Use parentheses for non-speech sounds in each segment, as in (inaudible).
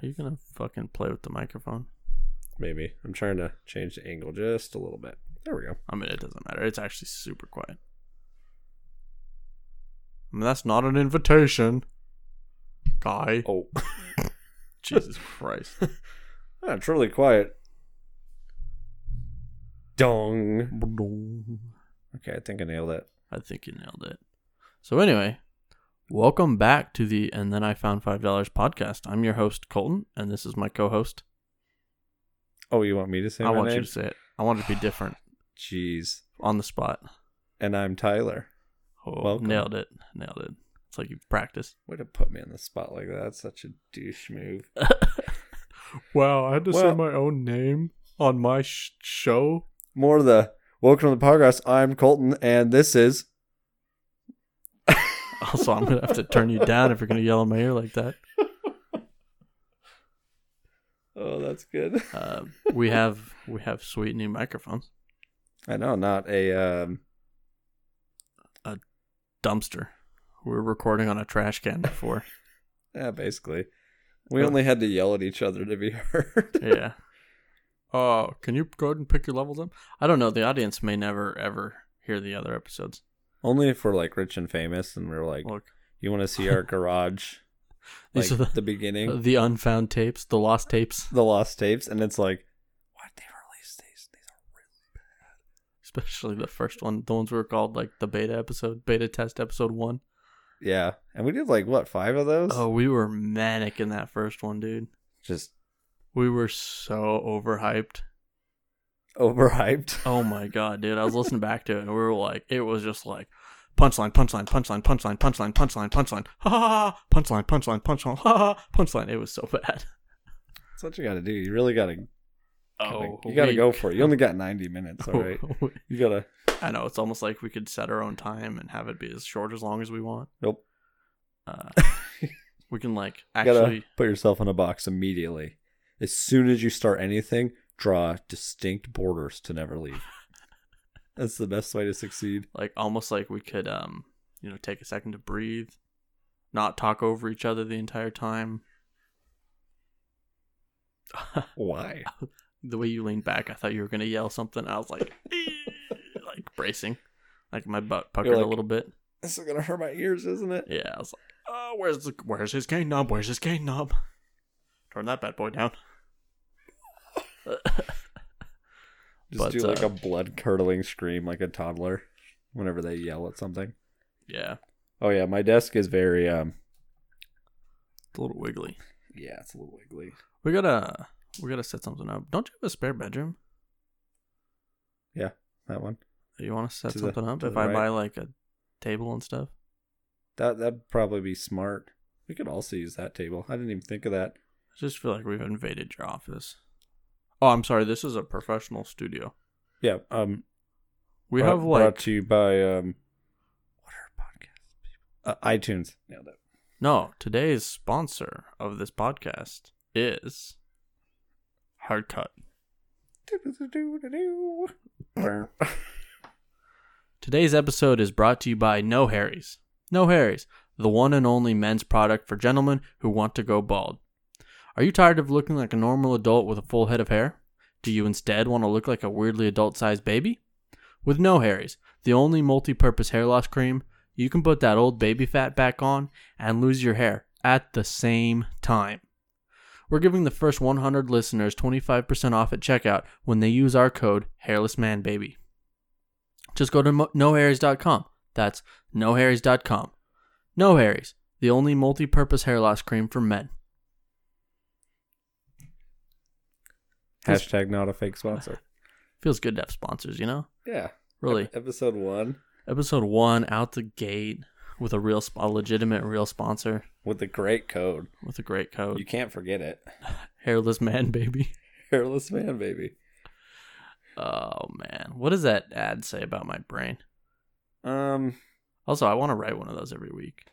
Are you gonna fucking play with the microphone? Maybe. I'm trying to change the angle just a little bit. There we go. I mean, it doesn't matter. It's actually super quiet. I mean, that's not an invitation, guy. Oh, (laughs) Jesus Christ! yeah, it's really Ah, quiet. Dong. I Okay, I think I nailed it. think you nailed it. So anyway, welcome back to the and then I found five dollars podcast. I'm your host Colton, and this is my co-host. Oh, you want me to say I my want name? you to say it. I want it to be different Jeez. on the spot. And I'm Tyler. Oh, Welcome. nailed it! Nailed it. It's like you practiced. Way to put me on the spot like that. That's such a douche move. Wow, I had to say Well- my own name on my sh- show. More of the welcome to the podcast. I'm Colton, and this is. (laughs) Also, I'm gonna have to turn you down if you're gonna yell in my ear like that. Oh, that's good. (laughs) Uh, we have we have sweet new microphones. I know, not a. um Dumpster. We were recording on a trash can (laughs) before. Yeah, basically. We only had to yell at each other to be (laughs) heard. yeah. Oh, can you go ahead and pick your levels up? I don't know. The audience may never ever hear the other episodes. only if we're like rich and famous and we're like, Look, you want to see our garage? like (laughs) these the, are the beginning, uh, the unfound tapes, the lost tapes. (laughs) the lost tapes, and it's like, why'd they release these? These are especially the first one the ones were called like the beta episode beta test episode one. real. Yeah, and we did like what five of those? Oh, we were manic in that first one dude just we were so overhyped overhyped. (laughs) oh my god dude i was listening back to it and we were like it was just like punchline punchline punchline punchline punchline punchline punchline ha ha ha punchline punchline punchline ha ha ha, punchline it was so bad That's what you got to do. You really got to. (laughs) oh you got to we- go for it. You only got ninety minutes. All (laughs) right, you gotta. i know it's almost like we could set our own time and have it be as short as long as we want Nope. (laughs) uh, we can like You gotta actually put yourself in a box immediately. As soon as you start anything, draw distinct borders to (laughs) never leave. That's the best way to succeed. like almost like we could um you know take a second to breathe not talk over each other the entire time Why? the way you leaned back i thought you were going to yell something i was like like bracing like my butt puckered like- a little bit This is gonna hurt my ears, isn't it? yeah i was like oh where's the where's his cane knob where's his cane knob turn that bad boy down Just But, do like uh, a blood curdling scream like a toddler whenever they yell at something. yeah Oh yeah, my desk is very um it's a little wiggly yeah, it's a little wiggly. we gotta we gotta set something up don't you have a spare bedroom That one. that you want to set To the- something up to if the i right. buy like a table and stuff That that'd probably be smart. We could also use that table. I didn't even think of that. I just feel like we've invaded your office. Oh, I'm sorry. This is a professional studio. Yeah. Um We brought- have like brought to you by um what are podcasts? Uh, iTunes. (laughs) Nailed it. no. Today's sponsor of this podcast is Hard Cut. Do-do-do-do-do. Today's episode is brought to you by No Harry's. No Harry's, the one and only men's product for gentlemen who want to go bald. Are you tired of looking like a normal adult with a full head of hair? Do you instead want to look like a weirdly adult sized baby? With No Harry's, the only multi purpose hair loss cream, you can put that old baby fat back on and lose your hair at the same time. We're giving the first 100 listeners 25% off at checkout when they use our code HairlessManBaby just go to mo- noharrys.com. That's noharrys.com. No Harry's, the only multi-purpose hair loss cream for men. Hashtag not a fake sponsor. Feels good to have sponsors, you know? Yeah. Really. Ep- Episode one Episode 1 out the gate with a real sp- a legitimate real sponsor with a great code. with a great code. You can't forget it. Hairless man (laughs) baby. Hairless man, baby. Oh man. What does that ad say about my brain? Um, Also, I want to write one of those every week.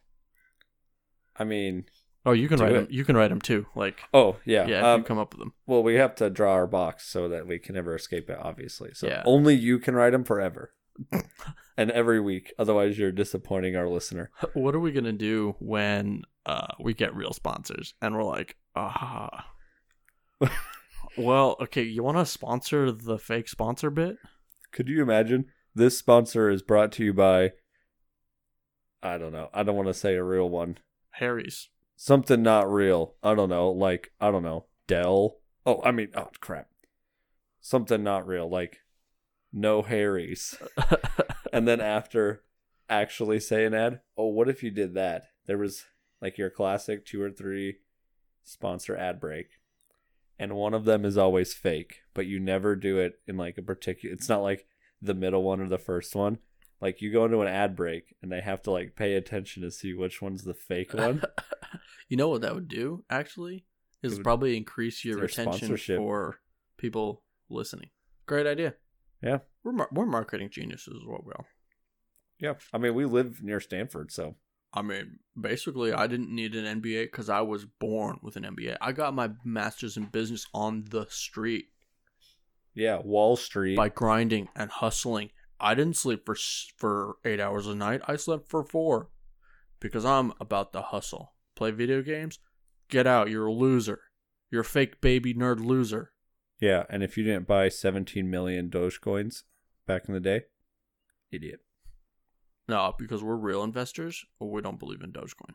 I mean, Oh, you can Do write it. them. You can write them too. Like oh yeah, yeah. if um, you come up with them. well, we have to draw our box so that we can never escape it. Obviously, so Yeah. only you can write them forever. (laughs) and every week. Otherwise, you're disappointing our listener. (laughs) What are we gonna do when uh, we get real sponsors and we're like, (laughs) ah, well, okay, you want to sponsor the fake sponsor bit? Could you imagine? This sponsor is brought to you by. I don't know. I don't want to say a real one. Harry's. Something not real. I don't know. Like, I don't know. Dell. Oh, I mean, oh, crap. Something not real. Like, no Harry's. and then after actually say an ad, oh, what if you did that? There was like your classic two or three sponsor ad break, and one of them is always fake, but you never do it in like a particular. It's not like the middle one or the first one. Like you go into an ad break and they have to like pay attention to see which one's the (laughs) fake one. you know what that would do actually It is would- probably increase your Their retention sponsorship. for people listening. Great idea. Yeah. we're mar- we're marketing geniuses as well. Will. yeah, I mean we live near Stanford, so I mean, basically, I didn't need an MBA because I was born with an MBA. I got my master's in business on the street yeah, Wall Street. by grinding and hustling. I didn't sleep for s- for eight hours a night. I slept for four because I'm about to hustle. Play video games. Get out. You're a loser. You're a fake baby nerd loser. yeah, and if you didn't buy 17 million Dogecoins back in the day, idiot. No, because we're real investors. Or we don't believe in Dogecoin.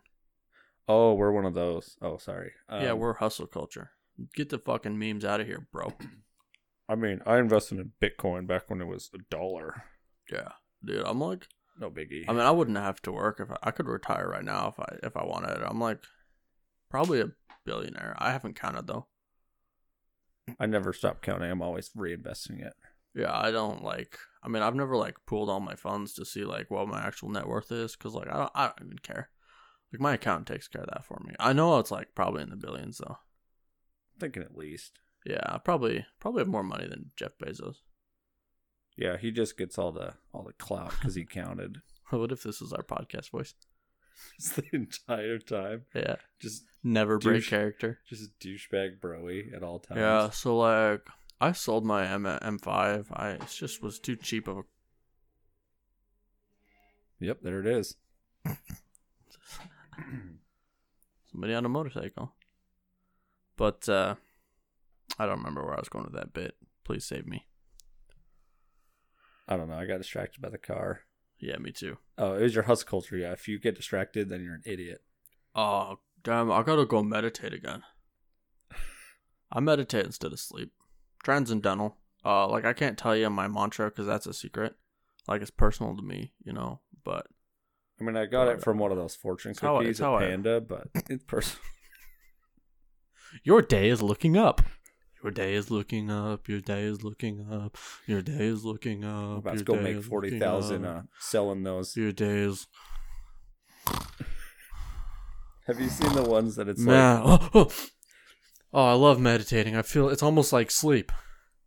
Oh, we're one of those. Oh, sorry. yeah, Um, we're hustle culture. Get the fucking memes out of here, bro. I mean, I invested in Bitcoin back when it was a dollar. Yeah, dude. I'm like, No biggie. I mean, I wouldn't have to work if I, I could retire right now if I if I wanted. I'm like probably a billionaire. I haven't counted though. I never stop counting. I'm always reinvesting it. Yeah, I don't like. I mean, I've never like pooled all my funds to see like what my actual net worth is because like I don't I don't even care. Like my accountant takes care of that for me. I know it's like probably in the billions though. I'm thinking at least. Yeah, I probably probably have more money than Jeff Bezos. (laughs) Yeah, he just gets all the all the clout because he counted (laughs) what if this is our podcast voice? Just the entire time. Yeah, Just never break Douche. character. just douchebag broy at all times. Yeah, so like I sold my M M5. I it just was too cheap of a Yep, there (clears throat) it is. somebody on a motorcycle. But uh I don't remember where I was going with that bit. Please save me. I don't know. I got distracted by the car. Yeah, me too. Oh, it was your hustle culture. Yeah, if you get distracted, then you're an idiot. Oh damn! I gotta go meditate again. I meditate instead of sleep. Transcendental. Uh, like I can't tell you my mantra because that's a secret. Like it's personal to me, you know. But I mean, I got Well, it from one of those fortune how I- it's cookies how at I- Panda, but it's personal. your day is looking up. Your day is looking up. Your day is looking up. Your day is looking up. I'm about to your go day make is looking forty thousand up. uh, selling those. Your day is Have you seen the ones that it's like? Man, oh, oh. (laughs) Oh, I love meditating. I feel it's almost like sleep,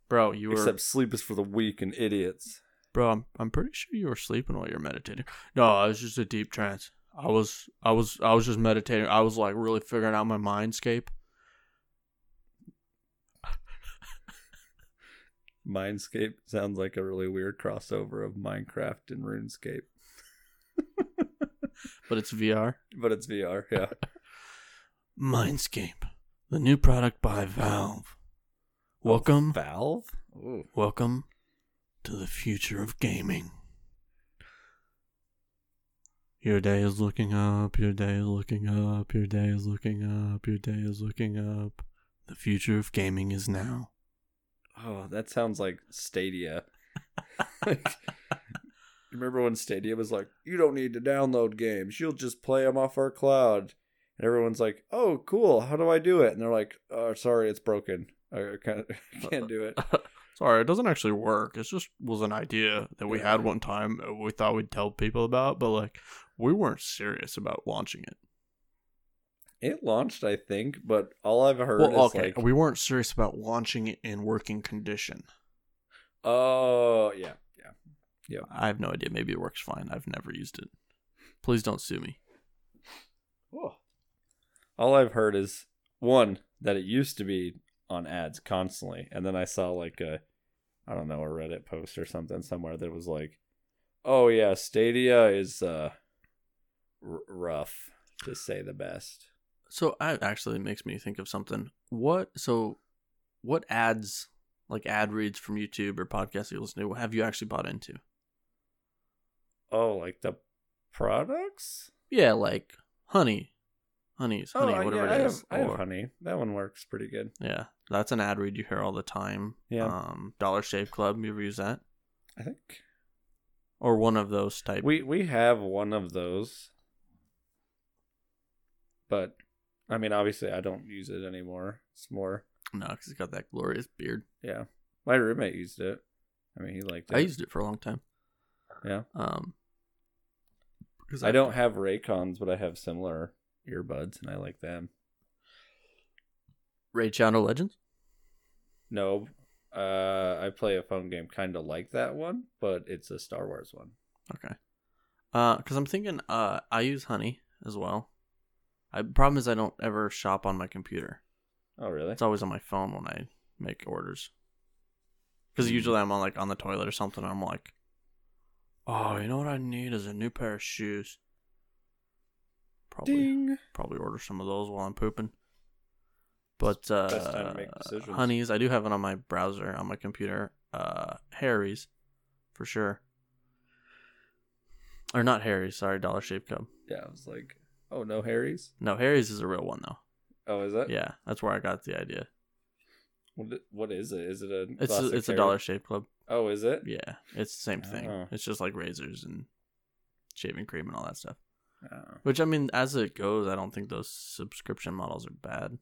bro. You were Except sleep is for the weak and idiots. bro. I'm I'm pretty sure you were sleeping while you're meditating. No, I was just a deep trance. I was I was I was just meditating. I was like really figuring out my mindscape. Mindscape sounds like a really weird crossover of Minecraft and RuneScape, But it's VR. but it's VR. Yeah, Mindscape, the new product by Valve. (laughs) Welcome, Valve. Ooh. welcome to the future of gaming. Your day is looking up, your day is looking up, your day is looking up, your day is looking up. The future of gaming is now. Oh, that sounds like (laughs) Stadia. like, remember when Stadia was like, "You don't need to download games; you'll just play them off our cloud." And everyone's like, "Oh, cool. How do I do it?" And they're like, "Oh, sorry, it's broken. I I can't, (laughs) I can't do it." Sorry, it doesn't actually work. It just was an idea that we Yeah. had one time uh, we thought we'd tell people about, but like we weren't serious about launching it. It launched, I think, but all I've heard Well, is okay, like, we weren't serious about launching it in working condition. "Oh, yeah, yeah." I have no idea. Maybe it works fine. I've never used it. Please don't sue me. All I've heard is one that it used to be on ads constantly, and then I saw like a, I don't know, a Reddit post or something somewhere that was like, Oh yeah, Stadia is uh r- rough to say the best. So I actually it makes me think of something. What so what ads like ad reads from YouTube or podcasts you listen to have you actually bought into? Oh, like the products? Yeah, like honey. Honey's honey, oh, I- whatever yeah, I it have- is. I have, or- honey. That one works pretty good. Yeah. That's an ad read you hear all the time. Yeah. Um Dollar Shave Club, you ever use that? I think Or one of those type we we have one of those, but I mean, obviously, I don't use it anymore. It's more No, because he's got that glorious beard. yeah. My roommate used it. I mean, he liked it. I used it for a long time. Yeah. Um because I don't have Raycons, but I have similar earbuds, and I like them. Raid Shadow Legends? No, uh, I play a phone game kind of like that one, but it's a Star Wars one. Okay. Uh, because I'm thinking, uh, I use Honey as well. I problem is I don't ever shop on my computer. Oh, really? It's always on my phone when I make orders. Hmm. Because usually I'm on like on the toilet or something. I'm like, oh, you know what I need is a new pair of shoes. Probably Ding. probably order some of those while I'm pooping. But uh, best time to make decisions. honeys, I do have it on my browser on my computer. Uh, Harry's, for sure. Or not Harry's, sorry, Dollar Shave Club. Yeah, I was like, oh no, Harry's. No, Harry's is a real one though. Oh, is that? Yeah, that's where I got the idea. What, what is it? Is it a? It's a, classic it's a Harry? Dollar Shave Club. Oh, is it? Yeah, it's the same thing. Oh. It's just like razors and shaving cream and all that stuff. Oh. Which I mean, as it goes, I don't think those subscription models are bad.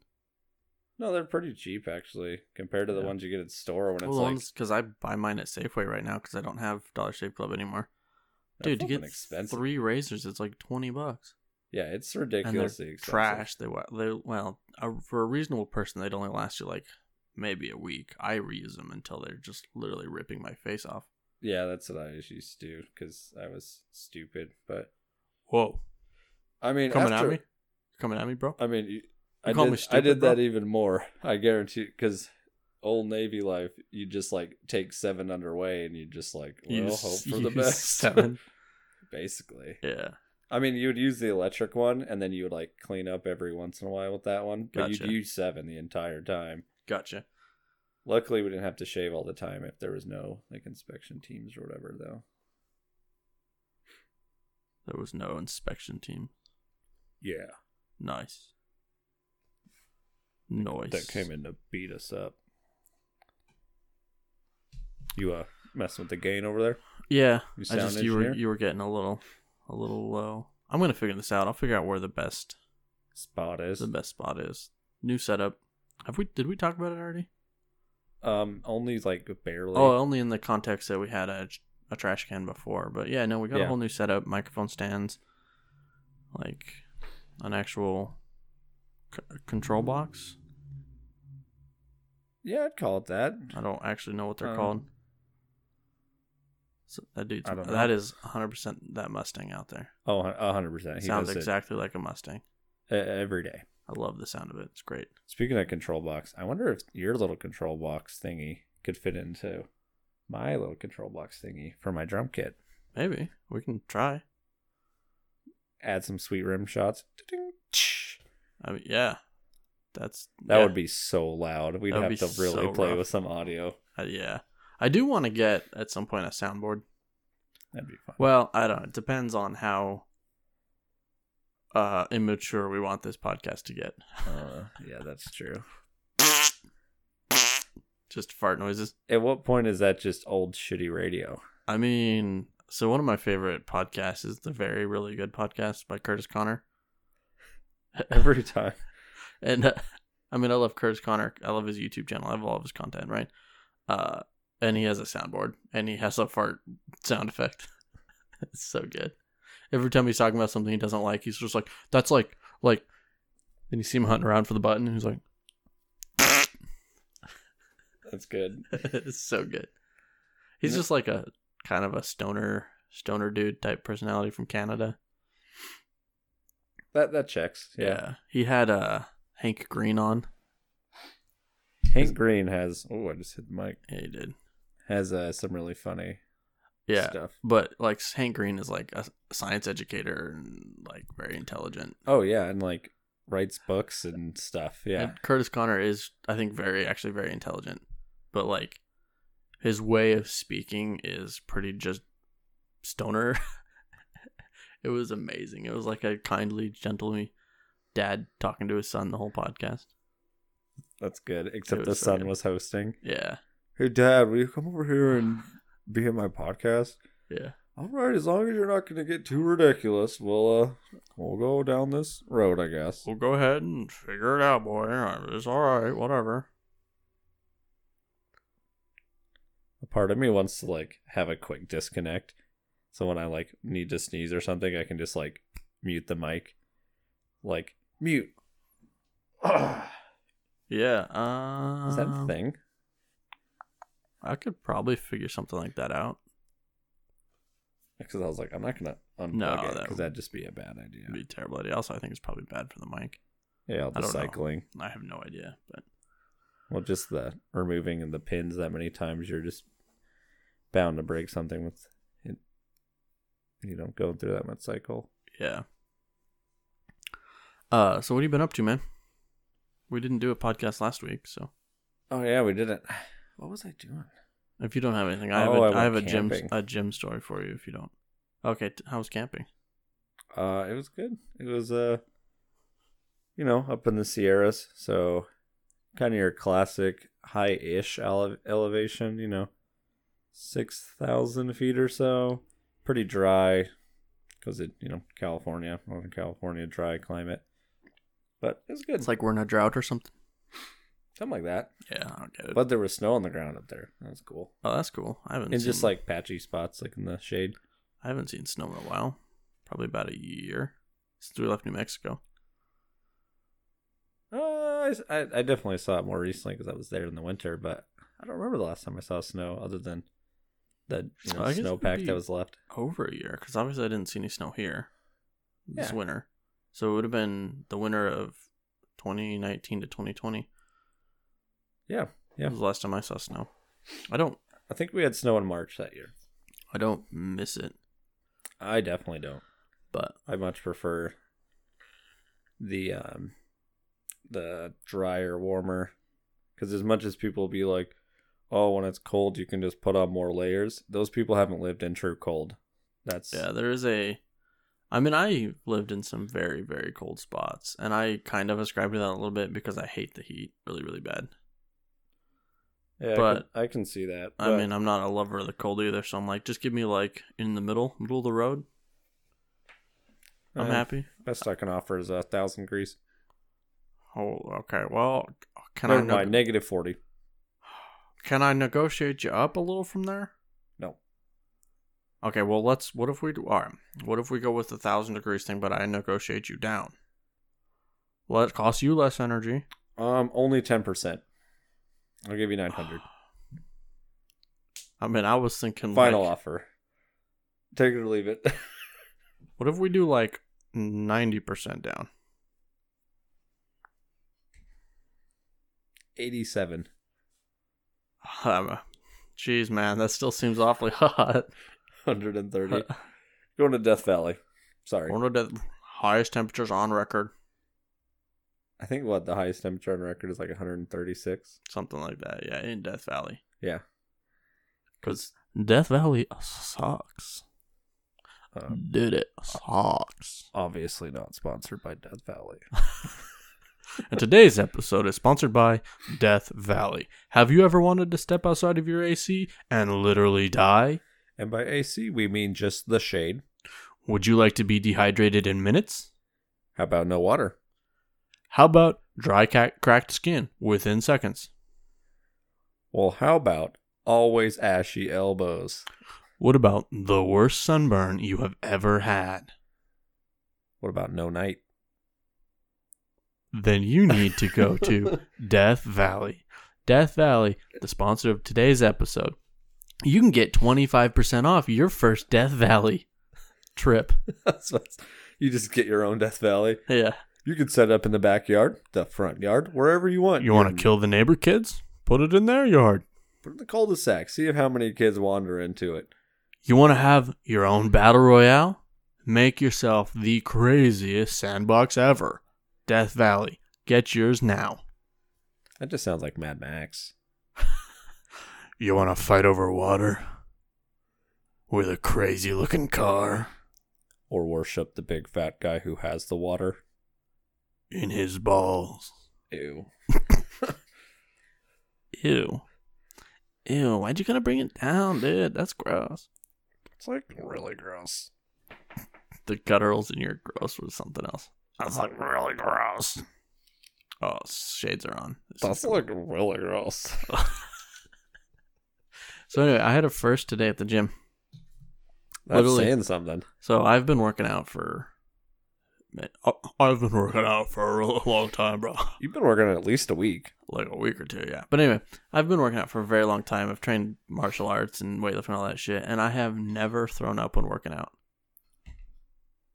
No, they're pretty cheap actually compared to the Yeah. ones you get at store when it's Well, like because I buy mine at Safeway right now because I don't have Dollar Shave Club anymore. they're Dude, you fucking get expensive. three razors. It's like twenty bucks. Yeah, it's And they're ridiculously expensive. trash. They wa- they well a, for a reasonable person, they'd only last you like maybe a week. I reuse them until they're just literally ripping my face off. Yeah, that's what I used to do because I was stupid. But Whoa, I mean, coming after- at me, coming at me, bro. I mean, you, I, call did, me I stupid, did that bro? even more. (laughs) I guarantee because Old Navy life, you just like take seven underway and you just like well, You hope s- (laughs) for you the best. Seven. (laughs) basically. yeah. I mean, you would use the electric one and then you would like clean up every once in a while with that one, but Gotcha. you'd use seven the entire time. Gotcha. Luckily, we didn't have to shave all the time if there was no like inspection teams or whatever, though. There was no inspection team. Yeah, Nice. Noise. that came in to beat us up. You uh messing with the gain over there? Yeah, You I sound just you were engineer? you were getting a little a little low. I'm gonna figure this out. I'll figure out where the best Spot is the best spot is. New setup. Have we did we talk about it already? Um, only like barely. Oh, only in the context that we had a a trash can before. But yeah, no, we got a Yeah. whole new setup, microphone stands, like an actual c- control box. yeah, I'd call it that. I don't actually know what they're Um, called. So that dude's I don't know. that is 100% that Mustang out there. Oh, a hundred percent. He Sounds does exactly like a Mustang. it e- every day. I love the sound of it. It's great. Speaking of control box, I wonder if your little control box thingy could fit into my little control box thingy for my drum kit. Maybe we can try. Add some sweet rim shots. Ding, tsh. I mean, yeah, that's That yeah, would be so loud. We'd That would have to be really so play rough. with some audio. uh, yeah. I do want to get at some point a soundboard. That'd be (laughs) fun. Well, I don't. It depends on how uh immature we want this podcast to get. Uh, yeah, that's true. Just fart noises. At what point is that just old shitty radio? I mean, so one of my favorite podcasts is the Very Really Good Podcast by Curtis Connor. Every time. and uh, (laughs) I mean, I love Curtis Connor. I love his YouTube channel. I love all of his content, right? Uh, and he has a soundboard, and he has a fart sound effect. (laughs) it's so good. Every time he's talking about something he doesn't like, he's just like, "That's like, like." Then you see him hunting around for the button, and he's like, (laughs) That's good. "It's so good." He's just like a kind of a stoner, stoner dude type personality from Canada. That that checks. yeah. he had uh Hank Green on. Hank Green has oh I just hit the mic Yeah, he did. has uh, some really funny yeah. stuff. But like Hank Green is like a science educator and like very intelligent. Oh yeah, and like writes books and stuff. Yeah. And Curtis Connor is, I think, very actually very intelligent, but like his way of speaking is pretty just stoner. (laughs) it was amazing. It was like a kindly, gently dad talking to his son the whole podcast. That's good. Except was the so son good. was hosting. Yeah, Hey dad, will you come over here and be in my podcast? yeah, All right, as long as you're not gonna get too ridiculous, we'll uh we'll go down this road, I guess. Well, go ahead and figure it out, boy. It's all right, whatever. A part of me wants to like have a quick disconnect. So when I like need to sneeze or something, I can just like mute the mic. Like mute. (clears throat) Yeah. Um, Is that a thing? I could probably figure something like that out. Because I was like, I'm not gonna unplug No, it that- because that'd just be a bad idea. It'd be a terrible idea. Also, I think it's probably bad for the mic. Yeah, all I the don't know. cycling. I have no idea, but Well, just the removing the pins that many times, you're just bound to break something with it. You know, going through that much cycle. yeah. Uh, so what have you been up to, man? We didn't do a podcast last week, so Oh yeah, we didn't. (sighs) What was I doing? if you don't have anything, I have Oh, I a, went I have a gym camping. a gym story for you. If you don't, okay. T- how was camping? Uh, it was good. It was uh, you know, up in the Sierras, so kind of your classic high-ish ele- elevation. You know, six thousand feet or so. Pretty dry, because it you know California, Northern California, dry climate. But it was good. It's like we're in a drought or something. Something like that. Yeah, I don't get it. But there was snow on the ground up there. That was cool. oh, that's cool. I haven't And seen, just like patchy spots, like in the shade. I haven't seen snow in a while. Probably about a year since we left New Mexico. Uh, I- I, I definitely saw it more recently because I was there in the winter, but I don't remember the last time I saw snow other than the you know, I guess it would snowpack be- that was left. over a year because obviously I didn't see any snow here this Yeah. winter. So it would have been the winter of 2019 to 2020. Yeah, yeah. That was the last time I saw snow. I don't, I think we had snow in March that year. I don't miss it, I definitely don't. but I much prefer the um the drier, warmer. Because as much as people be like, "Oh, when it's cold, you can just put on more layers," those people haven't lived in true cold. That's yeah, there is a. I mean, I lived in some very, very cold spots, and I kind of ascribe to that a little bit because I hate the heat really, really bad. yeah, I, but- can, I can see that. I but- mean, I'm not a lover of the cold either, so I'm like, just give me like in the middle, middle of the road. I'm uh, happy. Best I can offer is a thousand degrees. Oh, okay. Well, can Never I know? mind, negative forty. Can I negotiate you up a little from there? No. Okay, well let's. What if we do? All right. What if we go with the thousand degrees thing, but I negotiate you down? Well, it costs you less energy. Um, only ten percent. I'll give you nine hundred. (sighs) I mean, I was thinking. Final like, offer. Take it or leave it. (laughs) What if we do like ninety percent down? (sighs) Eighty-seven. Um, Jeez, man, that still seems awfully (laughs) hot. Hundred and thirty. Going to Death Valley. Sorry. One of the highest temperatures on record, I think what the highest temperature on record is like 136. something like that. Yeah, in Death Valley. Yeah. Because Death Valley sucks. Um, Did it sucks. obviously not sponsored by Death Valley. (laughs) And today's episode is sponsored by Death Valley. Have you ever wanted to step outside of your AC and literally die? And by AC, we mean just the shade. Would you like to be dehydrated in minutes? How about no water? How about dry ca- cracked skin within seconds? Well, how about always ashy elbows? What about the worst sunburn you have ever had? What about no night? (laughs) Then you need to go to Death Valley. Death Valley, the sponsor of today's episode. You can get 25% off your first Death Valley trip. That's what's, you just get your own Death Valley. Yeah. You could set up in the backyard, the front yard, wherever you want. You want Your- to kill the neighbor kids? Put it in their yard. Put it in the cul-de-sac. See if how many kids wander into it. You want to have your own battle royale? Make yourself the craziest sandbox ever. Death Valley. Get yours now. That just sounds like Mad Max. You want to fight over water? With a crazy looking car Or worship the big fat guy who has the water. in his balls. Ew. Ew. Ew, why'd you gotta bring it down, dude? That's gross. It's like really gross. The gutturals in your gross was something else. That's like really gross. Oh, shades are on. This is- (laughs) That's like really gross. So anyway, I had a first today at the gym. (laughs) That's Literally. saying something. So I've been working out for. oh, I've been working out for a real long time, bro. You've been working at least a week. Like a week or two, yeah. But anyway, I've been working out for a very long time. I've trained martial arts and weightlifting and all that shit, and I have never thrown up when working out.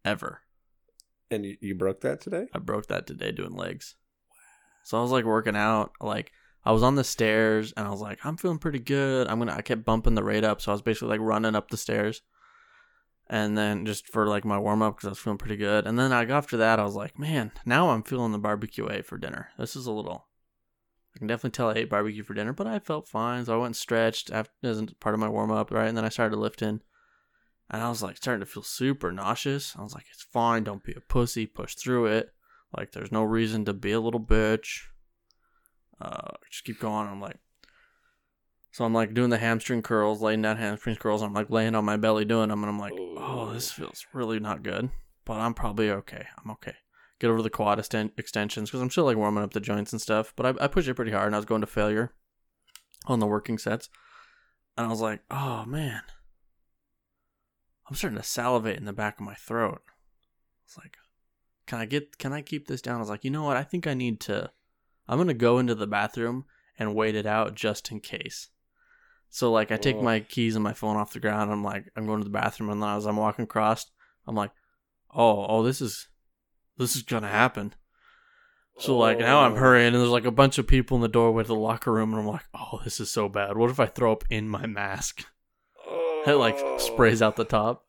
Ever. And you, you broke that today? I broke that today doing legs. So I was like working out, like I was on the stairs and I was like, I'm feeling pretty good. I'm gonna I kept bumping the rate up, so I was basically like running up the stairs. And then just for like my warm up because I was feeling pretty good. And then I got after that, I was like, man, now I'm feeling the barbecue way for dinner. This is a little. I can definitely tell I ate barbecue for dinner, but I felt fine. So I went and stretched after, as part of my warm up, right? And then I started lifting. And I was like starting to feel super nauseous. I was like, it's fine. Don't be a pussy. Push through it. Like, there's no reason to be a little bitch. Uh, just keep going. I'm like, so I'm like doing the hamstring curls, laying down hamstring curls. I'm like laying on my belly doing them, and I'm like, oh, Ooh. this feels really not good, but I'm probably okay. I'm okay. Get over the quad esten- extensions because I'm still like warming up the joints and stuff. But I, I pushed it pretty hard, and I was going to failure on the working sets, and I was like, oh man, I'm starting to salivate in the back of my throat. It's like, can I get can I keep this down? I was like, you know what? I think I need to I'm gonna go into the bathroom and wait it out just in case. So like I take Whoa. my keys and my phone off the ground, I'm like, I'm going to the bathroom and then as I'm walking across, I'm like, Oh, oh this is this is gonna happen. So like now I'm Oh. hurrying and there's like a bunch of people in the doorway to the locker room and I'm like, Oh, this is so bad. What if I throw up in my mask? It like sprays out the top.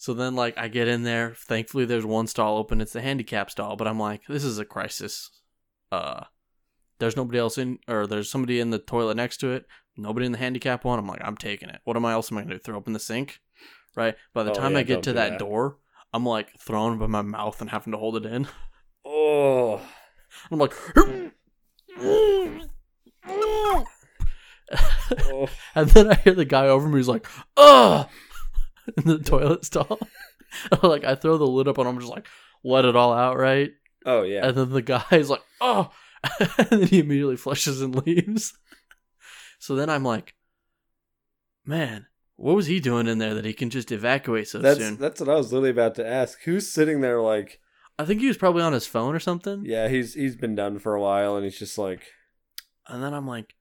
So then, like, I get in there. Thankfully, there's one stall open. It's the handicap stall, but I'm like, this is a crisis. Uh, there's nobody else in, or there's somebody in the toilet next to it. Nobody in the handicap one. I'm like, I'm taking it. What am I else am I gonna do? Throw up in the sink, right? By the Oh, time yeah, I get don't to do that, that. door, I'm like thrown by my mouth and having to hold it in. (laughs) Oh. I'm like, (laughs) Oh. and then I hear the guy over me. He's like, ugh, (laughs) in the toilet stall. (laughs) like I throw the lid up and I'm just like, let it all out, right? Oh, yeah. And then the guy's like, oh. (laughs) and then he immediately flushes and (laughs) leaves. so then I'm like, man, what was he doing in there that he can just evacuate so That's soon? that's what I was literally about to ask. Who's sitting there like, I think he was probably on his phone or something. yeah, he's he's been done for a while and he's just like, And then I'm like,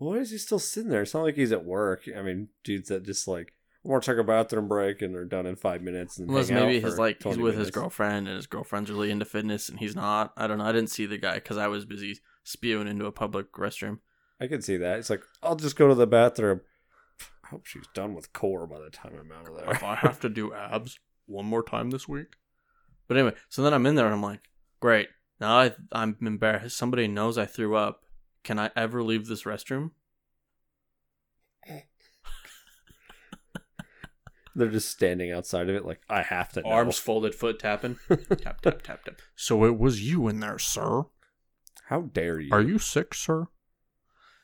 why is he still sitting there? It's not like he's at work. I mean, dudes that just like want to take a bathroom break and they're done in five minutes. And unless hang out maybe for he's like he's 20 with his minutes. girlfriend and his girlfriend's really into fitness and he's not. I don't know. I didn't see the guy because I was busy spewing into a public restroom. I can see that. It's like, I'll just go to the bathroom. I hope she's done with core by the time I'm out of if I there. have to do abs one more time this week. But anyway, so then I'm in there and I'm like, great. Now I, I'm embarrassed. Somebody knows I threw up. Can I ever leave this restroom? (laughs) They're just standing outside of it, like, I have to. know. Arms folded, foot (laughs) tapping. tap, tap, tap, tap. So it was you in there, sir? How dare you? Are you sick, sir?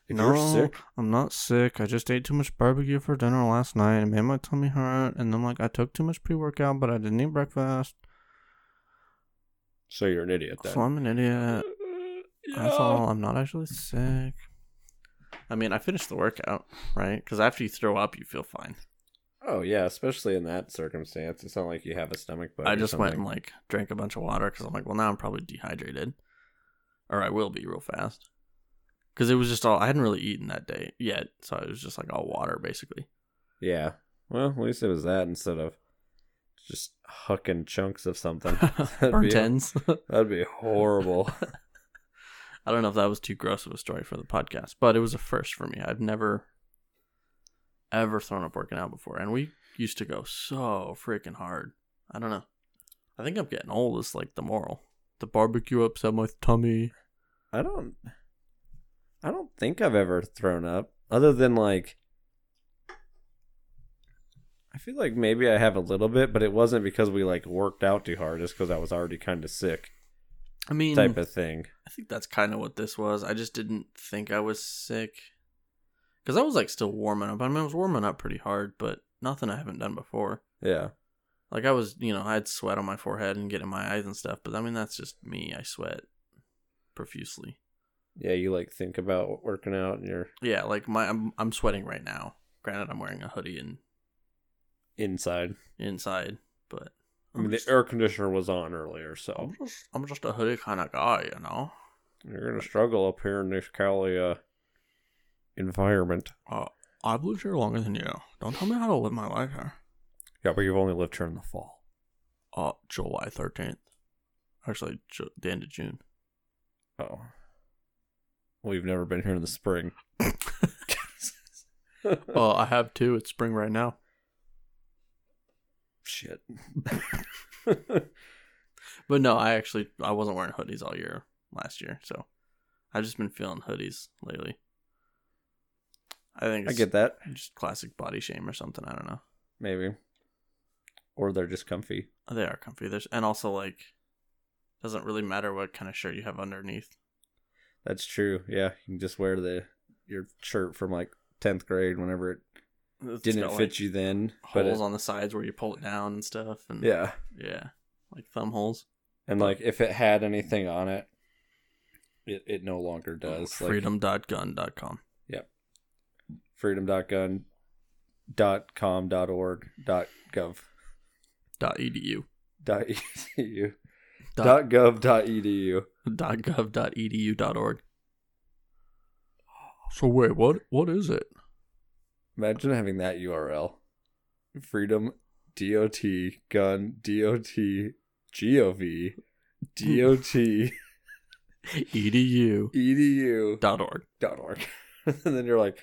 If no, you're sick, I'm not sick. I just ate too much barbecue for dinner last night. It made my tummy hurt. And then, like, I took too much pre workout, but I didn't eat breakfast. so you're an idiot So (laughs) then. I'm an idiot. That's all. I'm not actually sick. I mean, I finished the workout, right? Because after you throw up, you feel fine. Oh yeah, especially in that circumstance, it's not like you have a stomach bug. I or just went and something. like drank a bunch of water because I'm like, well, now I'm probably dehydrated, or I will be real fast. Because it was just all I hadn't really eaten that day yet, so it was just like all water basically. yeah. Well, at least it was that instead of just hucking chunks (laughs) of something. That'd Burn be- tens. That'd be horrible. I don't know if that was too gross of a story for the podcast, but it was a first for me. I've never, ever thrown up working out before, and we used to go so freaking hard. I don't know. I think I'm getting old. Is like the moral. The barbecue upset my tummy. I don't I don't think I've ever thrown up other than like I feel like maybe I have a little bit, but it wasn't because we like worked out too hard, just because I was already kind of sick I mean, type of thing. I think that's kind of what this was. I just didn't think I was sick because I was like still warming up. I mean, I was warming up pretty hard, but nothing I haven't done before. Yeah. Like I was, you know, I had sweat on my forehead and get in my eyes and stuff. But I mean, that's just me. I sweat profusely. Yeah, you like think about working out and you're Yeah, like my I'm, I'm sweating right now. Granted, I'm wearing a hoodie and inside. inside, but I mean, I'm the just, air conditioner was on earlier, so I'm just I'm just a hoodie kind of guy, you know. you're gonna struggle up here in this Cali uh, environment. Uh, I've lived here longer than you. Don't tell me how to live my life here. Yeah, but you've only lived here in the fall. Uh, July thirteenth, actually, Ju- the end of (laughs) June. Oh, we've never been here in the spring. Well, Uh, I have two. It's spring right now. Shit. (laughs) But no, I actually I wasn't wearing hoodies all year last year, so I've just been feeling hoodies lately. I think I it's get that. just classic body shame or something. I don't know. Maybe. Or they're just comfy. They are comfy. There's and also like doesn't really matter what kind of shirt you have underneath. That's true. Yeah, you can just wear the your shirt from like tenth grade whenever it It's didn't got, fit like, you then. But holes it- on the sides where you pull it down and stuff. And yeah, yeah, like thumb holes. and like if it had anything on it, it, it no Oh, longer does. Does freedom.gun.com. Like, freedom.gun. Dot com dot org dot gov Dot edu. dot (laughs) edu Dot, dot gov dot edu dot gov. Dot edu. Dot org. So wait, what? What is it? Imagine having that URL. Freedom DOT gun DOT GOV (laughs) DOT E edu. edu Dot org. E dot org. (laughs) and then you're like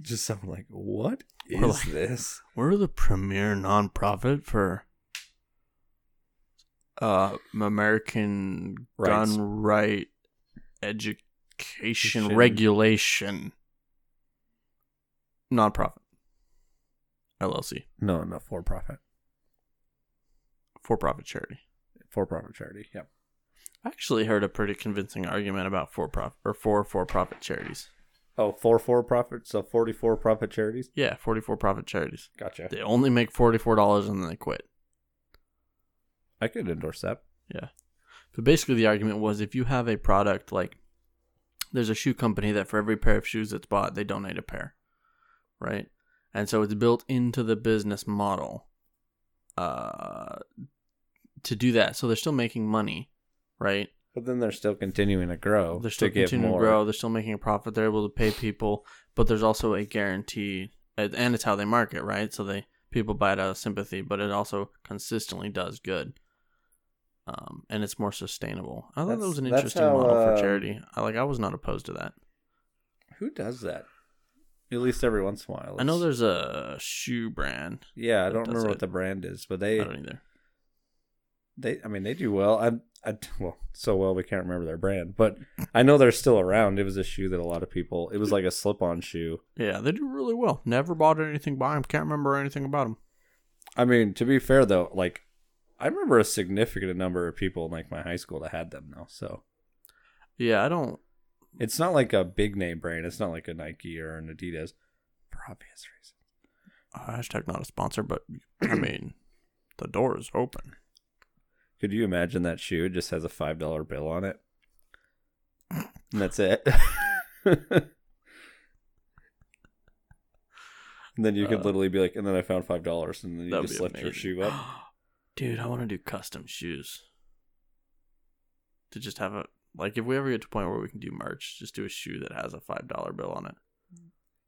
just someone like, what is Or like- this? We're the premier nonprofit for uh American Rights. gun right education Education. regulation nonprofit LLC No, no, for profit. for profit charity. For profit charity. Yep. I actually heard a pretty convincing argument about for profit or for for profit charities. Oh, for for profit. So 44 profit charities. Yeah, forty four profit charities. Gotcha. They only make forty four dollars and then they quit. I could endorse that. But basically, the argument was if you have a product like there's a shoe company that for every pair of shoes that's bought, they donate a pair, right? And so it's built into the business model uh, to do that. So they're still making money, right? But then they're still continuing to grow. They're still Oh, to get continuing to more. grow. They're still making a profit. They're able to pay people, but there's also a guarantee, and and it's how they market, right? So they people buy it out of sympathy, but it also consistently does good, um, and it's more sustainable. I thought that That's- was an that's interesting how, model for um, charity. I like. I was not opposed to that. Who does that? At least every once in a while. I know It's- there's a shoe brand. Yeah, I that don't does remember it. what the brand is, but I they don't e- either. they I mean they do well. I I well so well we can't remember their brand, but I know they're still around. It was a shoe that a lot of people. It was like a slip-on shoe. Yeah, they do really well. Never bought anything by them. Can't remember anything about them. I mean, to be fair though, like I remember a significant number of people in like my high school that had them though. So Yeah, I don't. it's not like a big name brand. It's not like a Nike or an Adidas for obvious reasons. Hashtag not a sponsor, but I mean, the door is open. Could you imagine that shoe? It just has a five dollar bill on it, and that's it. and then you could Uh, literally be like, and then I found five dollars, and then you That'd just be lift your amazing. (gasps) shoe up. Dude, I want to do custom shoes. To just have a like if we ever get to a point where we can do merch, just do a shoe that has a five dollar bill on it.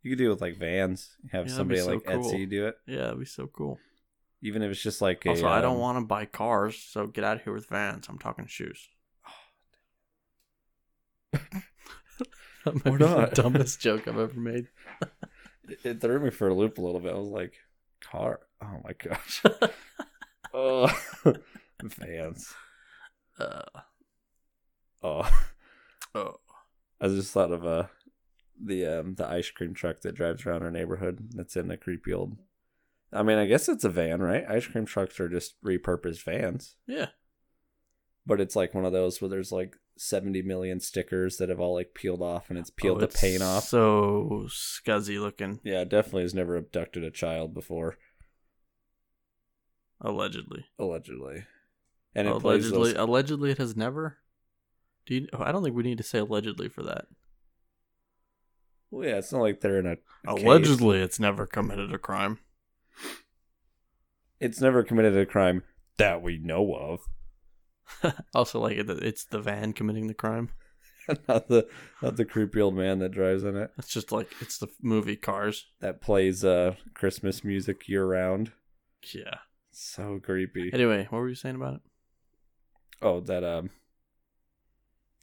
You could do it with like Vans. Have Yeah, that'd be somebody so like cool. Etsy do it, Yeah, that'd be so cool. even if it's just like a. also, I don't um, want to buy cars, so get out of here with vans. I'm talking shoes. that might Or be (laughs) not. (laughs) the dumbest joke I've ever made. it, it threw me for a loop a little bit. I was like, car. Oh (laughs) my gosh. (laughs) oh, (laughs) vans. Uh, Oh, (laughs) oh. I just thought of uh, the um, the ice cream truck that drives around our neighborhood. That's in the creepy old. I mean, I guess it's a van, right? Ice cream trucks are just repurposed vans, Yeah. but it's like one of those where there's like 70 million stickers that have all like peeled off, and it's peeled Oh, the it's paint off. So scuzzy looking, Yeah, definitely has never abducted a child before, allegedly. allegedly. And it allegedly, plays those, allegedly, it has never. Do you, oh, I don't think we need to say allegedly for that. well, yeah, it's not like they're in a a cave. Allegedly, it's never committed a crime. It's never committed a crime that we know of. (laughs) also, like it, it's the van committing the crime. not the not the creepy old man that drives in it. It's just like it's the movie Cars. That plays uh Christmas music year round. Yeah. So creepy. Anyway, what were you saying about it? Oh, that um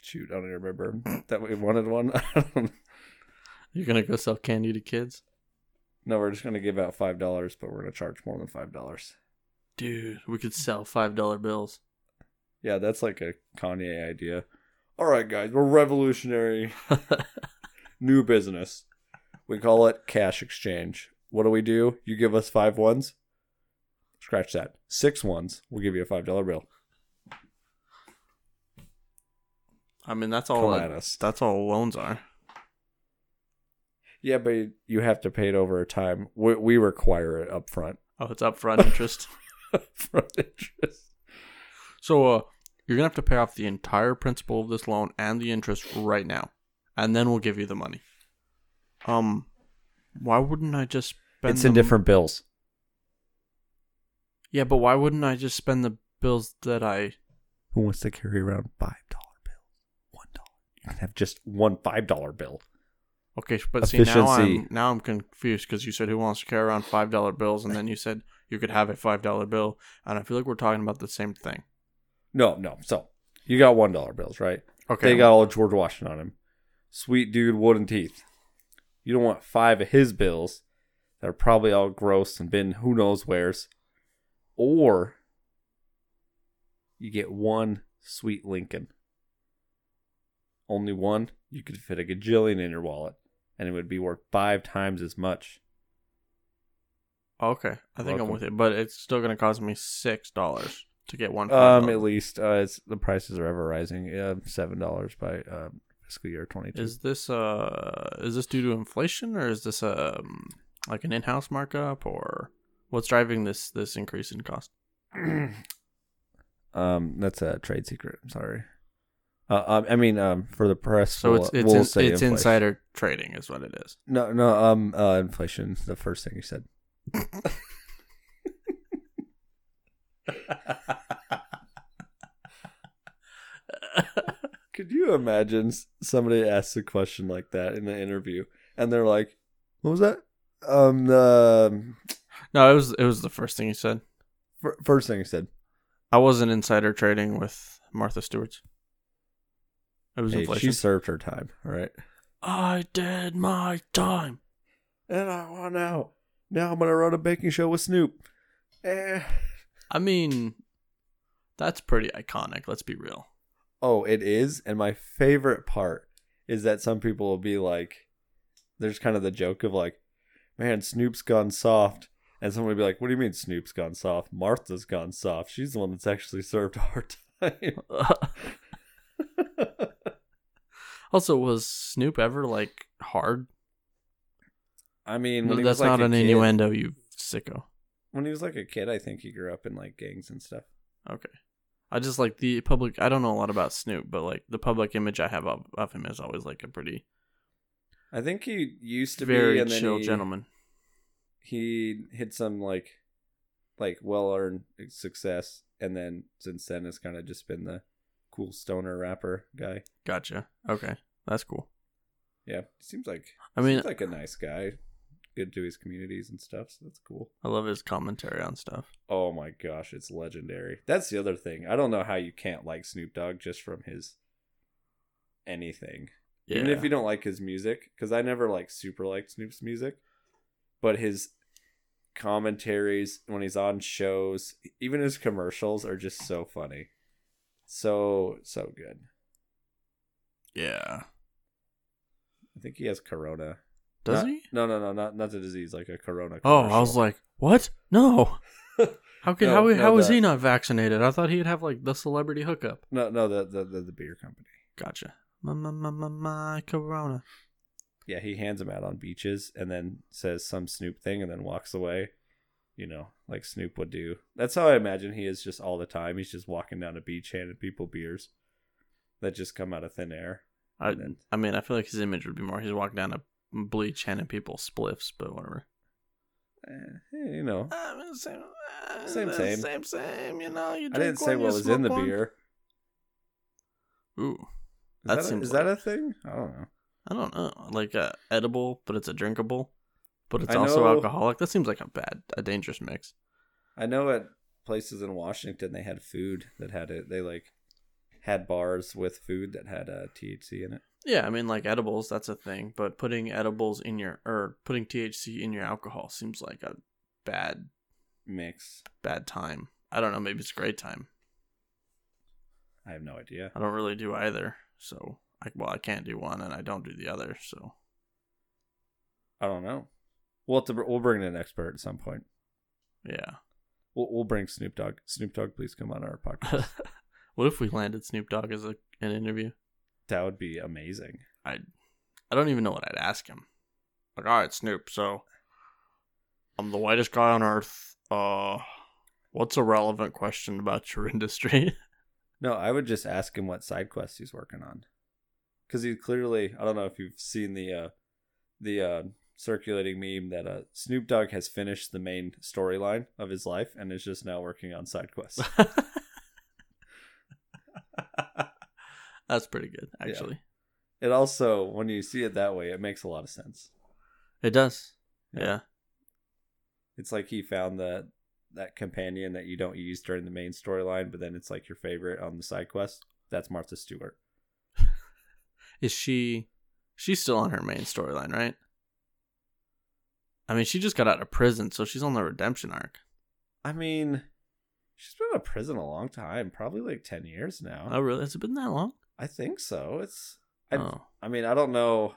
shoot, I don't even remember that we wanted one. (laughs) You're gonna go sell candy to kids, no, we're just gonna give out five dollars, but we're gonna charge more than five dollars. dude. We could sell five dollar bills. Yeah, that's like a Kanye idea. All right, guys, we're revolutionary. New business. We call it cash exchange. What do we do? You give us five ones. Scratch that. Six ones. We'll give you a five dollar bill. I mean, that's Come all. at us. That's all loans are. Yeah, but you have to pay it over a time. We, we require it up front. Oh, it's upfront interest. (laughs) Upfront interest. so, uh, you're gonna have to pay off the entire principal of this loan and the interest right now, and then we'll give you the money. Um, why wouldn't I just spend? It's the in different bills. Yeah, but why wouldn't I just spend the bills that I? Who wants to carry around five dollar bills? One dollar. You can have just one five dollar bill. Okay, but see now I'm Efficiency. now I'm confused because you said who wants to carry around five dollar bills, and then you said you could have a five dollar bill, and I feel like we're talking about the same thing. No, no. So you got one dollar bills, right? Okay, They got all George Washington on him. Sweet dude, wooden teeth. You don't want five of his bills that are probably all gross and been who knows where's. Or you get one sweet Lincoln. Only one. You could fit a gajillion in your wallet, and it would be worth five times as much. okay, I think I'm Welcome. with it, but it's still gonna cost me six dollars to get one. Um, $5. at least uh, it's the prices are ever rising. Uh, Seven dollars by uh, fiscal year twenty two. Is this uh is this due to inflation or is this um like an in-house markup or what's driving this this increase in cost? Um, that's a trade secret. I'm sorry. Uh, um, I mean, um, for the press, So we'll- it's it's we'll in- say it's inflation. insider trading is what it is. No, no. Um, uh, inflation's the first thing you said. Could you imagine s- somebody asks a question like that in an interview, and they're like, "What was that?" Um, the No, it was it was the first thing you said. fir- first thing you said. I wasn't insider trading with Martha Stewart. It was Hey, she inflation. served her time. All right. I did my time. And I want out. Now I'm gonna run a baking show with Snoop. Eh. I mean, that's pretty iconic. Let's be real. Oh, it is. And my favorite part is that some people will be like, there's kind of the joke of like, man, Snoop's gone soft. And someone will be like, what do you mean Snoop's gone soft? Martha's gone soft. She's the one that's actually served our (laughs) time. also, was Snoop ever like hard? I mean, when he that's was like not a an kid, innuendo, you sicko. When he was like a kid, I think he grew up in like gangs and stuff. Okay. I just like the public. I don't know a lot about Snoop, but like the public image I have of, of him is always like a pretty I think he used to be very and then chill he- gentleman. he hit some like like well earned success and then since then it's kind of just been the cool stoner rapper guy Gotcha. Okay, that's cool. yeah seems like I mean, seems like a nice guy good to his communities and stuff so that's cool I love his commentary on stuff. oh my gosh it's legendary that's the other thing i don't know how you can't like snoop dogg just from his anything Yeah. even if you don't like his music because i never like super liked snoop's music but his commentaries when he's on shows, even his commercials are just so funny. So so good. Yeah. I think he has corona. Does Not- he? No, no, no, not not the disease, like a corona. Oh, I was commercial. like, what? (laughs) No. How could No, how no, how is the- he not vaccinated? I thought he'd have like the celebrity hookup. no, no, the the the, the beer company. Gotcha. My, my, my, my, my corona. Yeah, he hands him out on beaches and then says some Snoop thing and then walks away. You know, like Snoop would do. That's how I imagine he is just all the time. He's just walking down a beach handing people beers that just come out of thin air. I And then- I mean, I feel like his image would be more he's walking down a bleach handing people spliffs, but whatever. Eh, you know, Uh, same, uh, Same, same. same, same. You know, you I didn't say what was in the beer. Ooh, Is That that, a, seems is that like- a thing? I don't know. I don't know, like uh, edible, but it's a drinkable, but it's I also know- alcoholic. That seems like a bad, a dangerous mix. I know at places in Washington they had food that had it. They like had bars with food that had uh, THC in it. Yeah, I mean, like edibles, that's a thing, but putting edibles in your or putting THC in your alcohol seems like a bad, Mix. bad time. I don't know, maybe it's a great time. I have no idea. I don't really do either. So, I, well, I can't do one and I don't do the other. So, I don't know. We'll have to, br- we'll bring in an expert at some point. yeah. (laughs) We'll, we'll bring Snoop Dogg. Snoop Dogg, please come on our podcast. (laughs) what if we landed Snoop Dogg as a, an interview? that would be amazing. I don't even know what I'd ask him. Like, all right, Snoop, so I'm the whitest guy on earth. Uh, what's a relevant question about your (laughs) industry? No, I would just ask him what side quest he's working on, because he clearly I don't know if you've seen the uh, the uh, circulating meme that uh, Snoop Dogg has finished the main storyline of his life and is just now working on side quests. That's pretty good, actually. it also, when you see it that way, it makes a lot of sense. It does. Yeah. yeah. It's like he found that that companion that you don't use during the main storyline, but then it's like your favorite on the side quest. That's Martha Stewart. is she she's still on her main storyline, right? I mean, she just got out of prison, so she's on the redemption arc. I mean, she's been out of prison a long time, probably like ten years now. Oh, really? Has it been that long? I think so. It's I oh, I mean, I don't know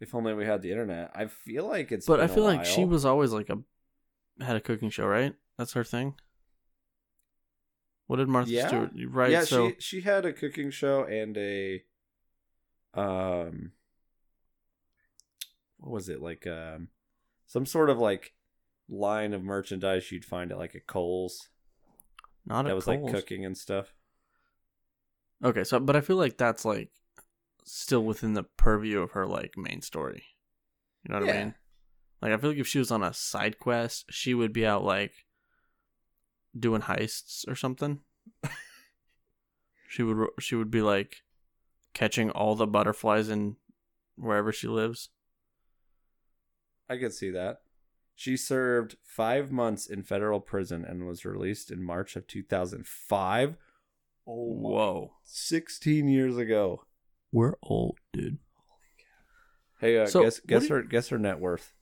if only we had the internet. I feel like it's but been I a feel like she while. was always like a had a cooking show, right? That's her thing. What did Martha Yeah. Stewart? Right. Yeah, so she she had a cooking show and a um what was it? Like um some sort of like line of merchandise you'd find at like a Kohl's not that a was like Kohl's. cooking and stuff. Okay, so but I feel like that's like still within the purview of her like main story. You know what I Yeah. mean? Like I feel like if she was on a side quest, she would be out like doing heists or something. she would she would be like catching all the butterflies in wherever she lives. I could see that. She served five months in federal prison and was released in March of 2005. Oh, my- Whoa. 16 years ago. We're old, dude. Hey, uh, So, guess what guess do you- her guess her net worth,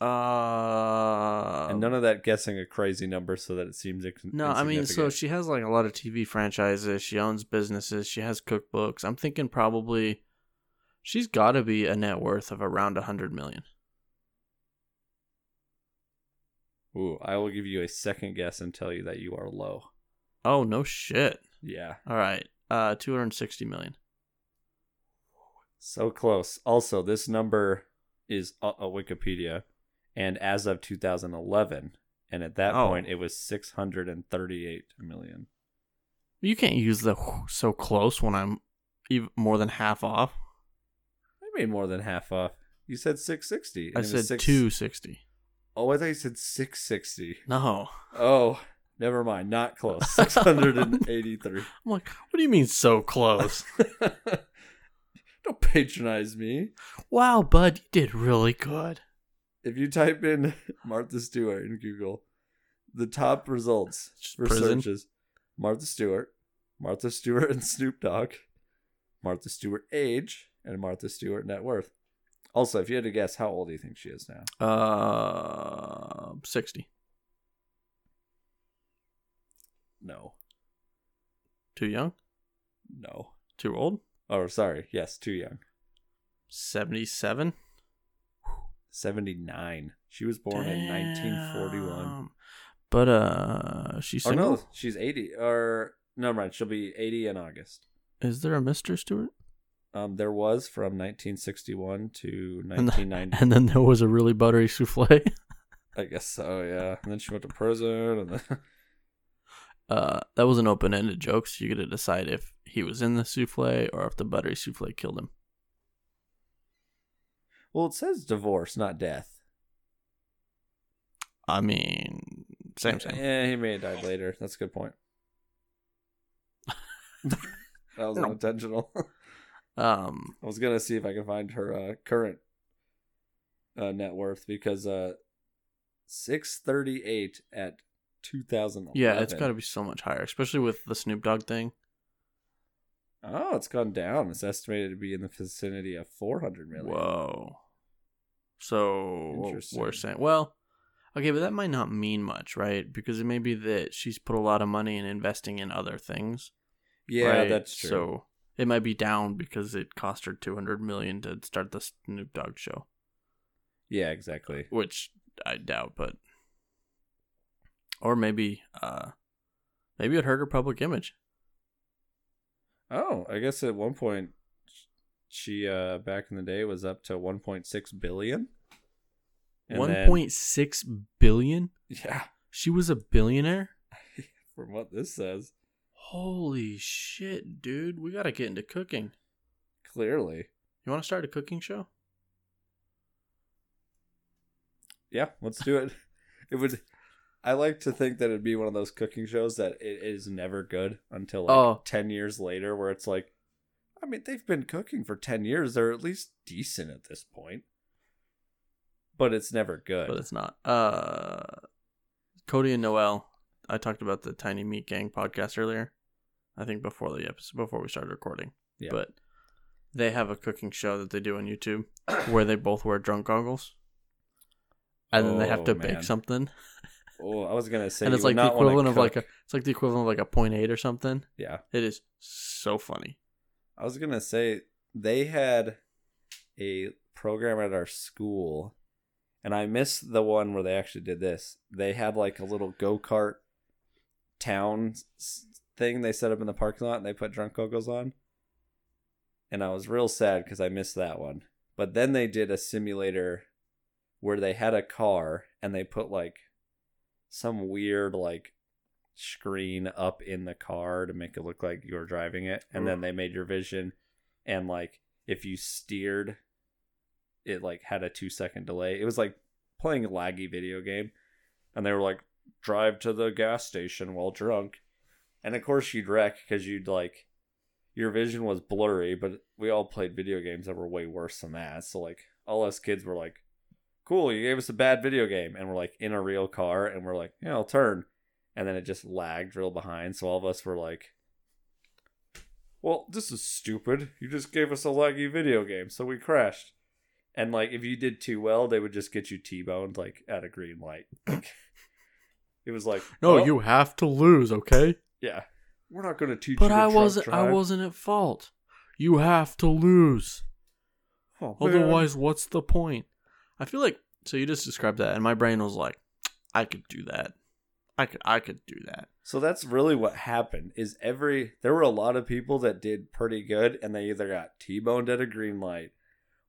Uh and none of that guessing a crazy number so that it seems ex- No, I mean, so insignificant. she has like a lot of TV franchises. She owns businesses. She has cookbooks. I'm thinking probably she's got to be a net worth of around a hundred million. Ooh, I will give you a second guess and tell you that you are low. Oh no, shit! Yeah, All right, uh, two hundred sixty million. so close. Also, this number is uh, uh, Wikipedia, and as of 2011, and at that Oh. point it was 638 million. You can't use the so close when I'm even more than half off. I made more than half off. You said 660. and I it was said six- two sixty. Oh, I thought you said 660. No, Oh, never mind. Not close. (laughs) 683. I'm like, what do you mean so close? (laughs) Don't patronize me. wow, bud, you did really good. If you type in (laughs) Martha Stewart in Google, the top results Just for prison. searches Martha Stewart, Martha (laughs) Stewart and Snoop Dogg, Martha Stewart age, and Martha Stewart net worth. Also, if you had to guess, how old do you think she is now? Uh, 60. No. Too young? No. Too old? Oh, sorry. Yes, too young. 77? 79. She was born in 1941. Damn. But uh, she's Oh, single. no. She's 80. Or, never mind. She'll be 80 in August. Is there a Mr. Stewart? (laughs) Um, there was from 1961 to (laughs) And, 1990. and then there was a really buttery souffle. (laughs) I guess so, yeah. And then she went to prison. And then (laughs) Uh, that was an open-ended joke, so you get to decide if he was in the souffle or if the buttery souffle killed him. Well, it says divorce, not death. I mean, same same. Yeah, Eh, he may have died later. That's a (laughs) good point. that was unintentional. (laughs) I Um, was gonna see if I can find her uh, current uh, net worth because uh, six thirty eight at two thousand. yeah, it's got to be so much higher, especially with the Snoop Dogg thing. Oh, it's gone down. It's estimated to be in the vicinity of four hundred million. Whoa. So we're Interesting. saying, well, okay, but that might not mean much, right? Because it may be that she's put a lot of money in investing in other things. Yeah, right? that's true. So it might be down because it cost her two hundred million to start the Snoop Dogg show, yeah, exactly. which I doubt, but or maybe, uh, maybe it hurt her public image. Oh, I guess at one point she uh back in the day was up to 1.6 billion. And One then- point six billion. (laughs) Yeah, She was a billionaire. from what this says, Holy shit, dude. We got to get into cooking. clearly. You want to start a cooking show? Yeah, let's do it. (laughs) it would I like to think that it'd be one of those cooking shows that it is never good until like Oh. 10 years later where it's like I mean, they've been cooking for 10 years. They're at least decent at this point. But it's never good. But it's not. Uh Cody and Noel. I talked about the Tiny Meat Gang podcast earlier. I think before the episode before we started recording. Yeah. But they have a cooking show that they do on YouTube (coughs) where they both wear drunk goggles. And then they have Oh, to man. bake something. oh, I was going to say and you it's would like the not wanna equivalent of like a cook. it's like the equivalent of like a point eight or something. Yeah. It is so funny. I was gonna say they had a program at our school, and I missed the one where they actually did this. They had like a little go kart town s- thing they set up in the parking lot, and they put drunk goggles on. And I was real sad because I missed that one. But then they did a simulator where they had a car and they put like some weird like screen up in the car to make it look like you were driving it and then Oof. they made your vision and like if you steered it like had a two second delay it was like playing a laggy video game and they were like drive to the gas station while drunk and of course you'd wreck because you'd like your vision was blurry but we all played video games that were way worse than that so like all us kids were like cool, you gave us a bad video game. And we're like in a real car and we're like, yeah, I'll turn. And then it just lagged real behind. So all of us were like, well, this is stupid. You just gave us a laggy video game. So we crashed. And like, if you did too well, they would just get you T boned like at a green light. (laughs) Like, it was like, No, well, you have to lose, okay? yeah, we're not going to teach you. But to I drunk wasn't. I drive. wasn't at fault. You have to lose. Oh, man. Otherwise, what's the point? I feel like so. You just described that, and my brain was like, "I could do that. I could. I could do that." So that's really what happened is every there were a lot of people that did pretty good and they either got T-boned at a green light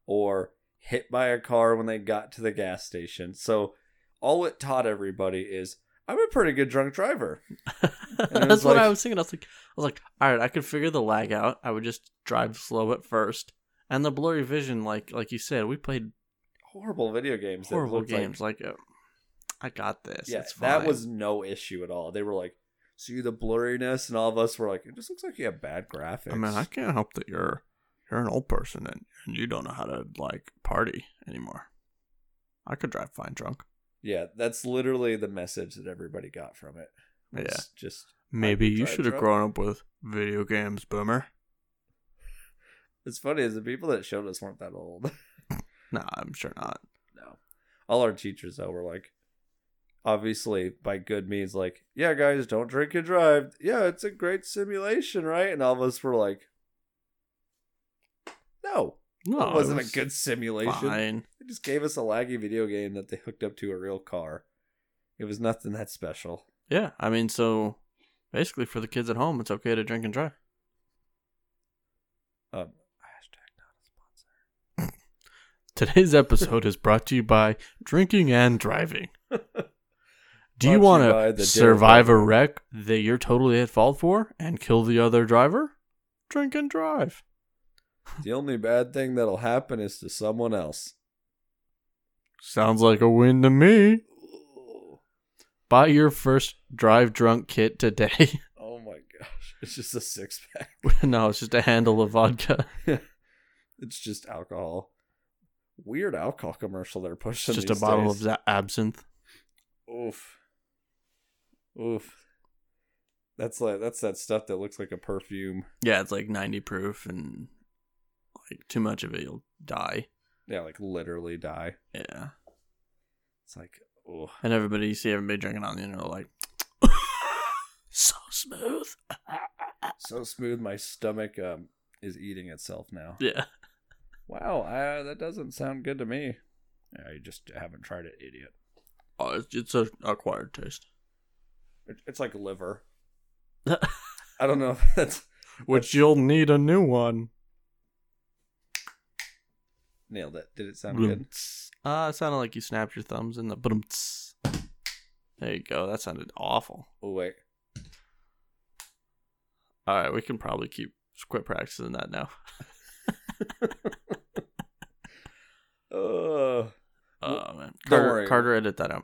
or hit by a car when they got to the gas station. So all it taught everybody is I'm a pretty good drunk driver. (laughs) was That's what I like- was thinking. I was like, I was like, all right, I could figure the lag out. I would just drive slow at first, and the blurry vision, like like you said, we played Horrible video games that horrible looked like- games. Like, uh, I got this. yeah, it's that fine. was no issue at all. They were like see the blurriness and all of us were like it just looks like you have bad graphics. I mean, I can't help that you're you're an old person and, and you don't know how to like party anymore. I could drive fine drunk. yeah, that's literally the message that everybody got from it. Yeah. It's just Maybe could you drive should have drunk. grown up with video games, boomer. It's funny is the people that showed us weren't that old. (laughs) No, I'm sure not. No. All our teachers though were like obviously by good means like, yeah guys, don't drink and drive. Yeah, it's a great simulation, right? And all of us were like No. No, it wasn't was a good simulation. Fine. They just gave us a laggy video game that they hooked up to a real car. It was nothing that special. Yeah, I mean, so basically for the kids at home, it's okay to drink and drive. Um hashtag not a sponsor. (laughs) Today's episode is brought to you by drinking and (laughs) driving. Do Brought to you you want by the to Dairy survive a Queen. wreck that you're totally at fault for and kill the other driver? Drink and drive. The only bad thing that'll happen is to someone else. Sounds like a win to me. Buy your first drive drunk kit today. (laughs) Oh my gosh. (laughs) It's just a six pack. no, it's just a handle of vodka. It's just alcohol. Weird alcohol commercial they're pushing. It's just a these bottle days. of za- absinthe. Oof. Oof. That's like that's that stuff that looks like a perfume. Yeah, it's like 90 proof and like too much of it, you'll die. Yeah, like literally die. Yeah. It's like oh And everybody, you see everybody drinking on the internet, like, (laughs) so smooth. so smooth. My stomach um is eating itself now. Yeah. Wow, uh, that doesn't sound good to me. I just haven't tried it, idiot. Oh, it's, it's a acquired taste. It- It's (laughs) like liver. I don't know if (laughs) that's Which you'll need a new one. nailed it. Did it sound good? Ah, it sounded like you snapped your thumbs in the. Boom-ts. There you go. That sounded awful. Oh wait. All right, we can probably keep quit practicing that now. Uh Oh man, Don't Carter, worry. Carter, edit that (laughs) out.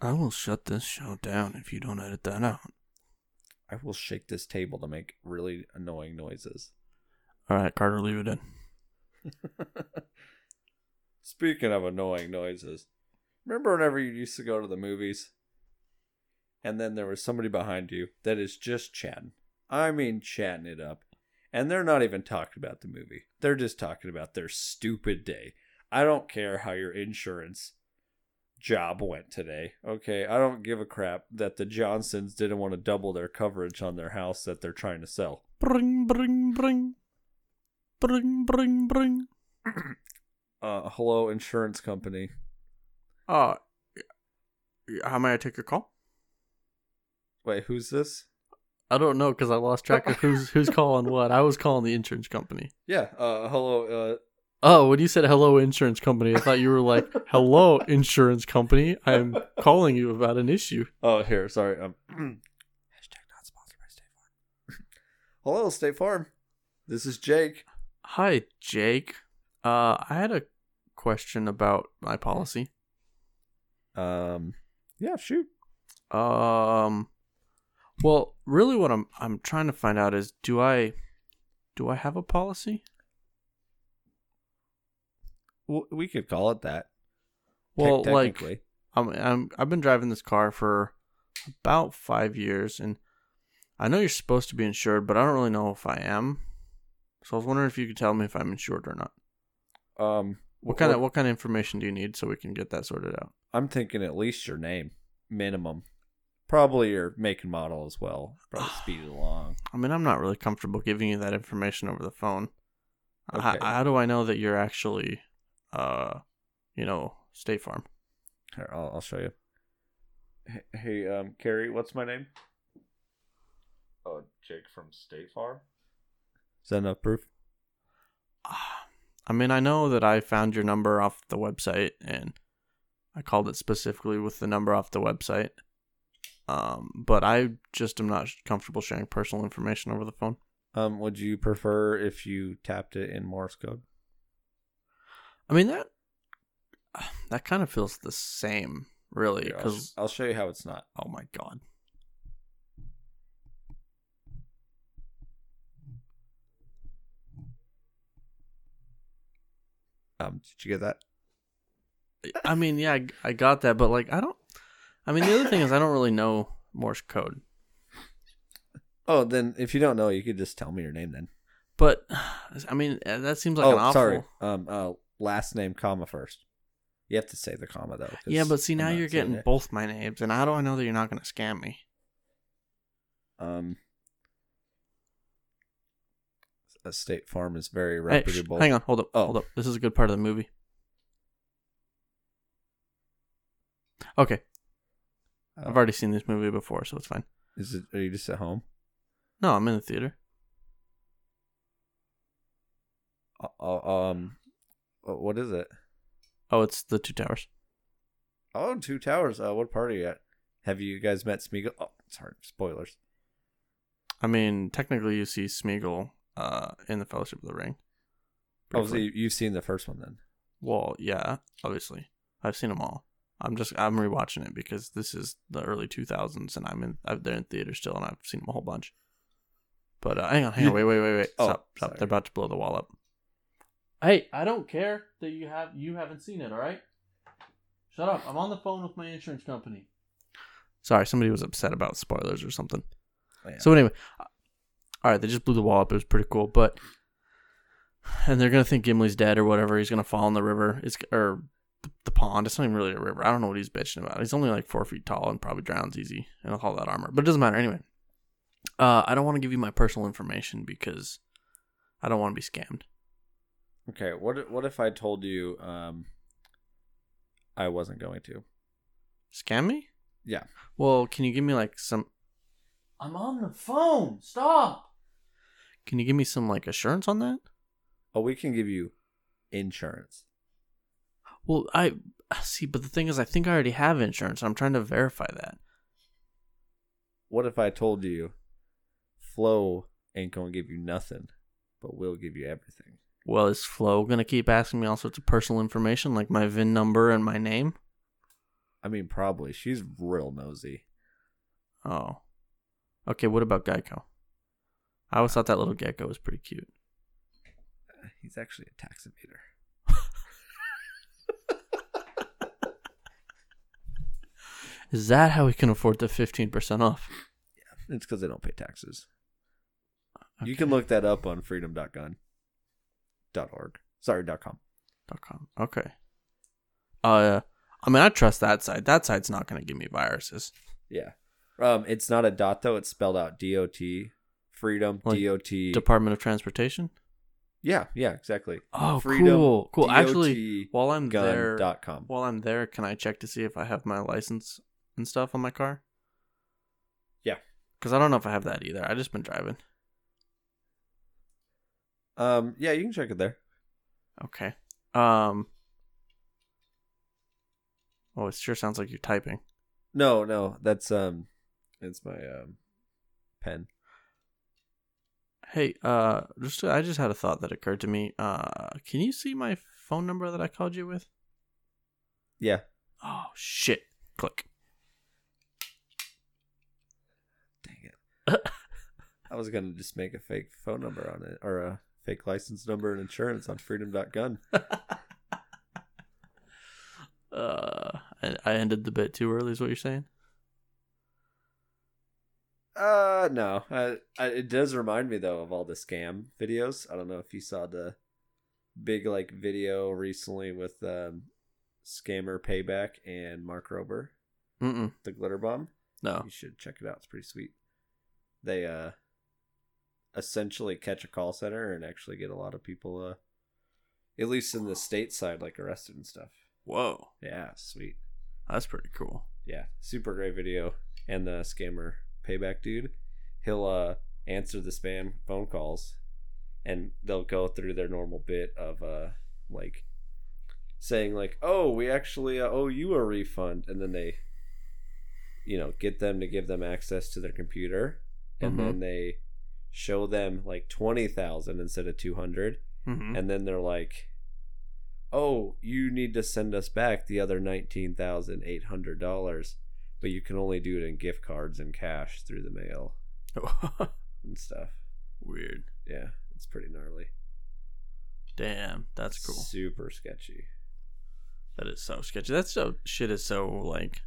I will shut this show down if you don't edit that out. I will shake this table to make really annoying noises. All right, Carter, leave it in. (laughs) Speaking of annoying noises, remember whenever you used to go to the movies and then there was somebody behind you that is just chatting? I mean, chatting it up. And they're not even talking about the movie, they're just talking about their stupid day. I don't care how your insurance job went today, okay? I don't give a crap that the Johnsons didn't want to double their coverage on their house that they're trying to sell. Bring, bring, bring, bring, bring, bring. Uh, hello, insurance company. Uh, how may I take your call? Wait, who's this? I don't know because I lost track of who's who's calling what. I was calling the insurance company. Yeah, uh, hello, uh, Oh, when you said hello insurance company, I thought you were like, "Hello insurance company, I'm calling you about an issue." Oh, here, sorry. Um, (clears throat) hashtag not sponsored by State Farm. (clears throat) Hello, State Farm. This is Jake. Hi, Jake. Uh, I had a question about my policy. Um, yeah, shoot. Um, well, really, what I'm I'm trying to find out is, do I do I have a policy? W- We could call it that. Te- Well, like, technically. I'm, I'm I've been driving this car for about five years, and I know you're supposed to be insured, but I don't really know if I am. So I was wondering if you could tell me if I'm insured or not. um, What kind of what- what kind of information do you need so we can get that sorted out? I'm thinking at least your name, minimum. Probably your make and model as well. (sighs) Probably speed it along. I mean, I'm not really comfortable giving you that information over the phone. H- Okay. how do I know that you're actually, uh, you know, State Farm? (sighs) Here, I'll, I'll show you. Hey, hey, um, Carrie, what's my name? Oh, Jake from State Farm. Is that enough proof? Ah, I mean, I know that I found your number off the website, and I called it specifically with the number off the website. Um, but I just am not comfortable sharing personal information over the phone. Um, would you prefer if you tapped it in Morse code? I mean that (sighs) that kind of feels the same, really, Here, I'll sh- because I'll, show you how it's not. Oh my god. Um, did you get that? I mean, yeah, I, I got that, but like, I don't. I mean, the other thing is, I don't really know Morse code. Oh, then if you don't know, you could just tell me your name then. But I mean, uh, that seems like oh, an awful. sorry. Um, uh, last name comma first. You have to say the comma though. 'cause Yeah, but see I'm now not you're saying getting it. both my names, and how do I know that you're not going to scam me? Um, a State Farm is very Hey, shh, reputable. hang on, hold up, Oh. hold up. This is a good part of the movie. Okay, Oh. I've already seen this movie before, so it's fine. Is it? Are you just at home? No, I'm in the theater. Uh, Uh, um, uh, what is it? Oh, it's the Two Towers. Oh, Two Towers. Uh, what part are you at? Have you guys met Smeagol? Oh, sorry, spoilers. I mean, technically, you see Smeagol uh, in the Fellowship of the Ring. Oh, so Briefly. you, you've seen the first one then? Well, yeah, obviously, I've seen them all. I'm just I'm rewatching it because this is the early 2000s, and I'm in I've, they're in theater still, and I've seen them a whole bunch. But uh, hang on, hang on, You- wait, wait, wait, wait, Oh, stop, stop! sorry. They're about to blow the wall up. Hey, I don't care that you have you haven't seen it. All right, shut up. I'm on the phone with my insurance company. Sorry, somebody was upset about spoilers or something. Yeah. So anyway, uh, all right, they just blew the wall up. It was pretty cool, but and they're gonna think Gimli's dead or whatever. He's gonna fall in the river. It's or the, the pond. It's not even really a river. I don't know what he's bitching about. He's only like four feet tall and probably drowns easy and all that armor. But it doesn't matter anyway. Uh, I don't want to give you my personal information because I don't want to be scammed. Okay, what if- what if I told you um I wasn't going to? Scam me? Yeah. Well, can you give me like some? I'm on the phone. Stop. Can you give me some like assurance on that? Oh, we can give you insurance. Well, I ah, see, but the thing is, I think I already have insurance. I'm trying to verify that. What if I told you Flo ain't gonna give you nothing, but we'll give you everything? Well, is Flo gonna keep asking me all sorts of personal information like my VIN number and my name? I mean probably. She's real nosy. Oh, okay. What about Geico? I always thought that little gecko was pretty cute. Uh, He's actually a tax evader. Is that how we can afford the fifteen percent off? It's because they don't pay taxes. You Okay. can look that up on freedom.gun dot org. Sorry, dot com. Dot com. Okay. Uh, I mean, I trust that side. That side's not gonna give me viruses. Yeah. Um, it's not a dot though, it's spelled out D O T. Freedom Like D O T Department of Transportation. Yeah, yeah, exactly. Oh, Freedom, cool, cool. DOT Actually, while I'm there, Gun.com. While I'm there, can I check to see if I have my license and stuff on my car? Yeah. Because I don't know if I have that either. i just been driving. Um, yeah, you can check it there. Okay. Um. Oh, it sure sounds like you're typing. No, no, that's um, it's my um, pen. Hey, uh, just I just had a thought that occurred to me. Uh, can you see my phone number that I called you with? Yeah, Oh shit! Click. dang it. (laughs) I was gonna just make a fake phone number on it or a fake license number and insurance on freedom.gun. Uh, I, I ended the bit too early. Is what you're saying? Uh, no, I, I, it does remind me though of all the scam videos. I don't know if you saw the big like video recently with um, scammer payback and Mark Rober, Mm. the glitter bomb. No. You should check it out. It's pretty sweet. They uh essentially catch a call center and actually get a lot of people uh at least in the state side like arrested and stuff. Whoa, Yeah, sweet. that's pretty cool. Yeah, super great video. And the scammer payback dude, he'll uh answer the spam phone calls and they'll go through their normal bit of uh like saying like, "Oh, we actually uh, owe you a refund." And then they you know, get them to give them access to their computer and Mhm. then they show them like 20,000 instead of 200 Mm-hmm. and then they're like oh you need to send us back the other $19,800 but you can only do it in gift cards and cash through the mail and stuff (laughs) Weird. yeah it's pretty gnarly Damn, that's cool. super sketchy That is so sketchy. That's so shit is so like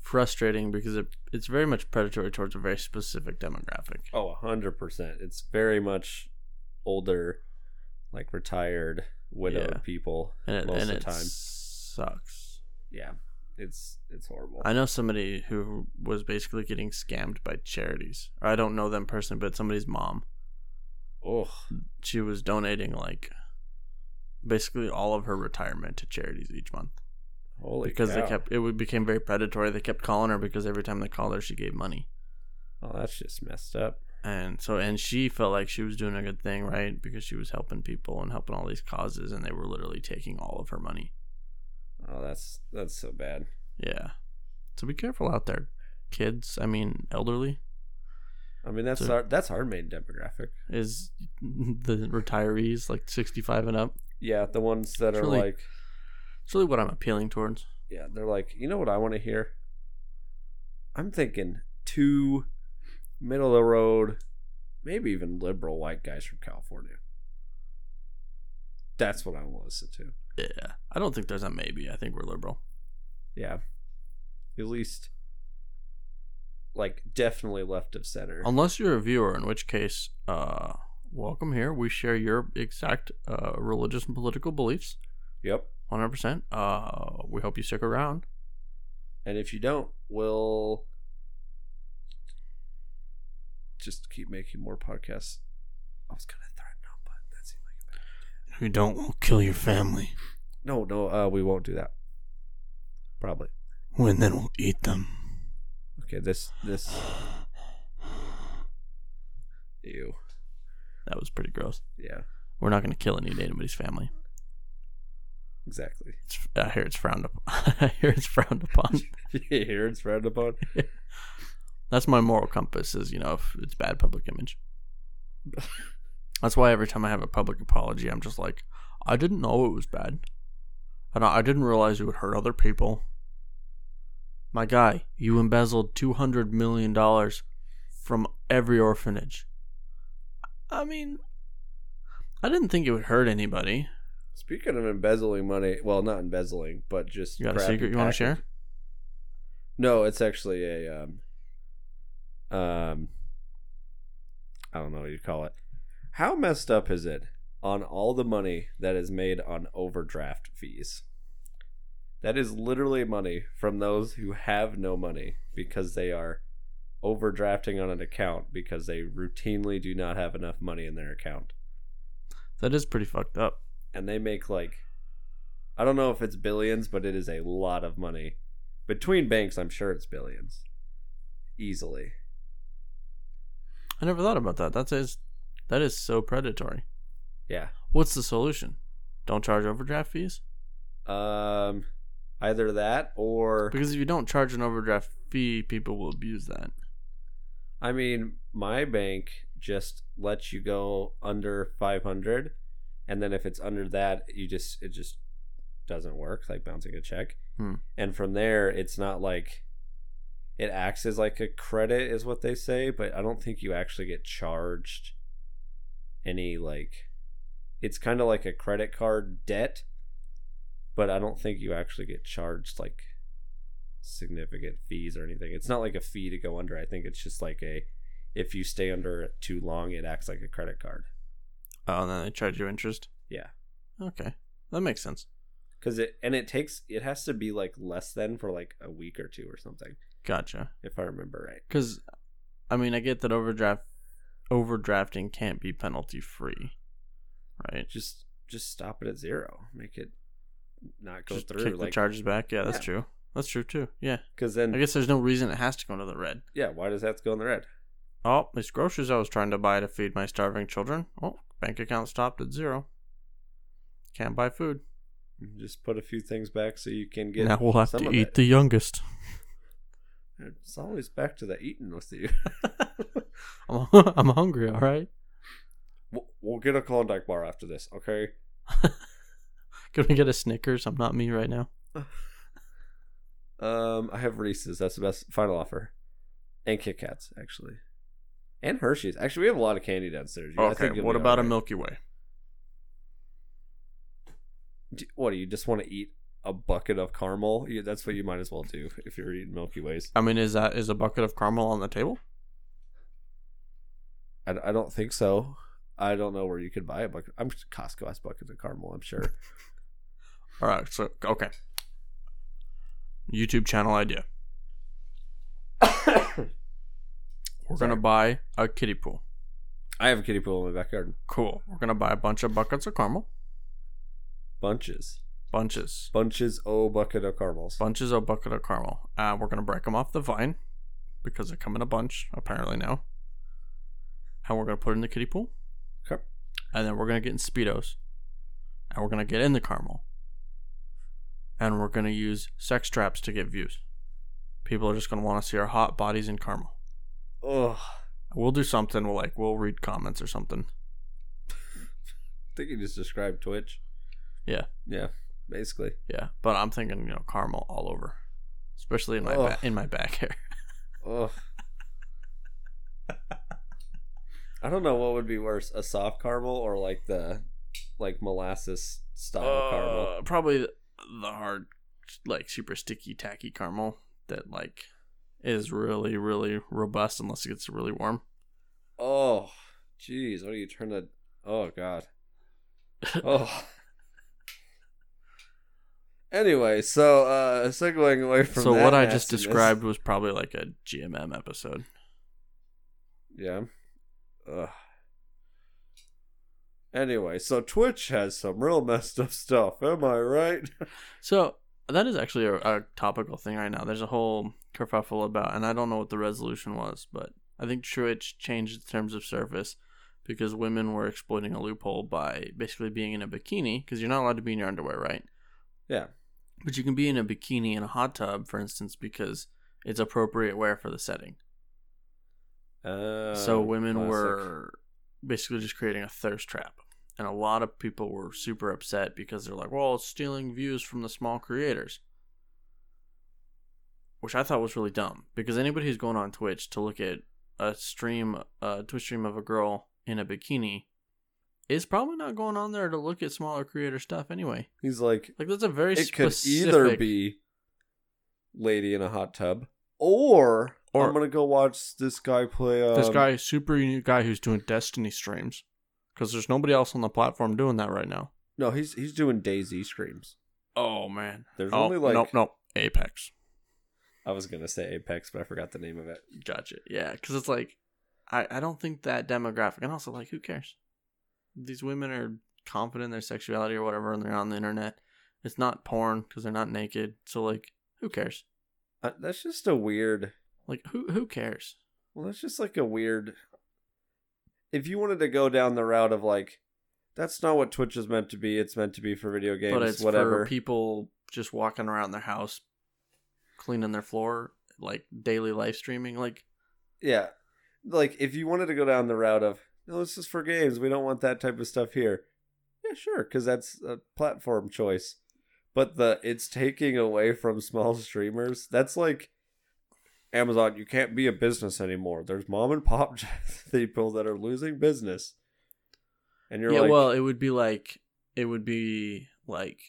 frustrating because it, it's very much predatory towards a very specific demographic. Oh, 100%. It's very much older, like retired, widowed Yeah. people And it, most and of the it time. sucks. Yeah. It's it's horrible. I know somebody who was basically getting scammed by charities. Or I don't know them personally, but somebody's mom. Oh, She was donating like basically all of her retirement to charities each month holy because cow. they kept it would- became very predatory. They kept calling her because every time they called her, she gave money. Oh, that's just messed up. and so and she felt like she was doing a good thing right because she was helping people and helping all these causes and they were literally taking all of her money Oh, that's that's so bad. yeah so be careful out there kids i mean elderly I mean, that's So- our that's our main demographic. is (laughs) the retirees like 65 and up Yeah, the ones that It's are really- like, it's really what i'm appealing towards yeah, they're like, you know what I want to hear? I'm thinking two middle of the road, maybe even liberal white guys from California. That's what I want to listen to. yeah i don't think there's a maybe i think we're liberal Yeah, at least like definitely left of center. unless you're a viewer in which case uh welcome here we share your exact uh religious and political beliefs yep. 100% uh we hope you stick around And if you don't, we'll just keep making more podcasts. I was gonna threaten them, but that seemed like a bad. if you don't we'll kill your family No, no, uh, we won't do that. Probably. and then we'll eat them. Okay, this this ew. That was pretty gross. Yeah, We're not going to kill any anybody's family. exactly. (laughs) It's, I hear it's frowned upon. (laughs) I hear it's frowned upon. Here it's frowned upon. That's my moral compass. Is you know if it's bad public image. That's why every time I have a public apology, I'm just like, I didn't know it was bad, and I I didn't realize it would hurt other people. My guy, you embezzled two hundred million dollars from every orphanage. I mean, I didn't think it would hurt anybody. Speaking of embezzling money, well, not embezzling, but just You got a crappy secret you want to package- share? No, it's actually a um, um, I don't know what you call it. How messed up is it on all the money that is made on overdraft fees? That is literally money from those who have no money because they are overdrafting on an account because they routinely do not have enough money in their account That is pretty fucked up. and they make like I don't know if it's billions, but it is a lot of money. Between banks, I'm sure it's billions. Easily. I never thought about that. That is that is so predatory. Yeah. What's the solution? Don't charge overdraft fees? Um either that or Because if you don't charge an overdraft fee, people will abuse that. I mean, my bank just lets you go under 500 and then if it's under that, you just it just doesn't work like bouncing a check. Hmm. And from there, it's not like it acts as like a credit is what they say, but I don't think you actually get charged any like it's kind of like a credit card debt, but I don't think you actually get charged like significant fees or anything. It's not like a fee to go under. I think it's just like a if you stay under it too long, it acts like a credit card. Oh, and then they charge you interest? Yeah. Okay. That makes sense. Cause it and it takes it has to be like less than for like a week or two or something, Gotcha. if I remember right. Cause I mean I get that overdraft overdrafting can't be penalty free. Right? Just just stop it at zero. Make it not go Just through kick the like charges back. Yeah, that's Yeah. true. That's true too. Yeah. because I then guess there's no reason it has to go into the red. yeah, why does that have to go in the red? Oh, these groceries I was trying to buy to feed my starving children. Oh, bank account stopped at zero. Can't buy food. Just put a few things back so you can get now we'll have some to of eat it. the youngest. (laughs) It's always back to the eating with you. (laughs) I'm, I'm hungry, all right? we'll, we'll get a Klondike bar after this, okay? Can we get a Snickers? I'm not me right now. Um, I have Reese's. That's the best final offer, and Kit Kats actually, and Hershey's. Actually, we have a lot of candy downstairs. I think Okay, you'll what be about a alright. Milky Way? Do- What do you just want to eat a bucket of caramel, you, that's what you might as well do if you're eating Milky Ways. I mean, is that is a bucket of caramel on the table? I, I don't think so. I don't know where you could buy a bucket. I'm Costco has buckets of caramel. I'm sure. (coughs) All right, so okay. YouTube channel idea. We're gonna Sorry. buy a kiddie pool. I have a kiddie pool in my backyard. Cool. We're gonna buy a bunch of buckets of caramel, Bunches, bunches, bunches. Oh, bucket of caramels. bunches of bucket of caramel. Uh, we're gonna break them off the vine because they come in a bunch apparently now. And we're gonna put it in the kiddie pool. Okay. And then we're gonna get in speedos, and we're gonna get in the caramel. And we're gonna use sex traps to get views. People are just gonna want to see our hot bodies in caramel. Ugh. We'll do something. We'll like we'll read comments or something. I think you just described Twitch. Yeah. Yeah. Basically. Yeah, but I'm thinking you know caramel all over, especially in my ba- Ugh. in my back (laughs) hair. Ugh. I don't know what would be worse, a soft caramel or like the like molasses style caramel. Uh, probably the the hard, like super sticky, tacky caramel that like is really really robust unless it gets really warm. Oh, jeez, what do you turn to? Oh (laughs) God. Oh. anyway, so uh, segueing away from so that what I just nastiness- described was probably like a GMM episode. Yeah. Ugh. Anyway, so Twitch has some real messed up stuff. Am I right? So that is actually a, a topical thing right now. There's a whole kerfuffle about, and I don't know what the resolution was, but I think Twitch changed its terms of service because women were exploiting a loophole by basically being in a bikini because you're not allowed to be in your underwear, right? Yeah. But you can be in a bikini in a hot tub, for instance, because it's appropriate wear for the setting. Uh, so women classic. were basically just creating a thirst trap. And a lot of people were super upset because they're like, well, it's stealing views from the small creators. Which I thought was really dumb because anybody who's going on Twitch to look at a stream, a Twitch stream of a girl in a bikini is probably not going on there to look at smaller creator stuff anyway. He's like, Like, that's a very it could specific. either be lady in a hot tub, or, Or- I'm gonna go watch this guy play. Um, this guy, super unique guy who's doing Destiny streams because there's nobody else on the platform doing that right now. No, he's he's doing Daisy streams. Oh, man. There's Oh, only like nope, nope. Apex. I was gonna say Apex, but I forgot the name of it. Gotcha. Yeah, because it's like, I, I don't think that demographic, and also like, who cares? These women are confident in their sexuality or whatever, and they're on the internet. It's not porn because they're not naked. So like, who cares? Uh, that's just a weird. Like, who who cares? Well, that's just like a weird. If you wanted to go down the route of like, that's not what Twitch is meant to be. It's meant to be for video games, but it's whatever. for people just walking around their house, cleaning their floor, like daily live streaming. Like, yeah, like if you wanted to go down the route of no, this is for games. We don't want that type of stuff here. Yeah, sure, because that's a platform choice. But the it's taking away from small streamers. That's like Amazon. You can't be a business anymore. There's mom and pop (laughs) people that are losing business, and you're yeah, like, well, it would be like it would be like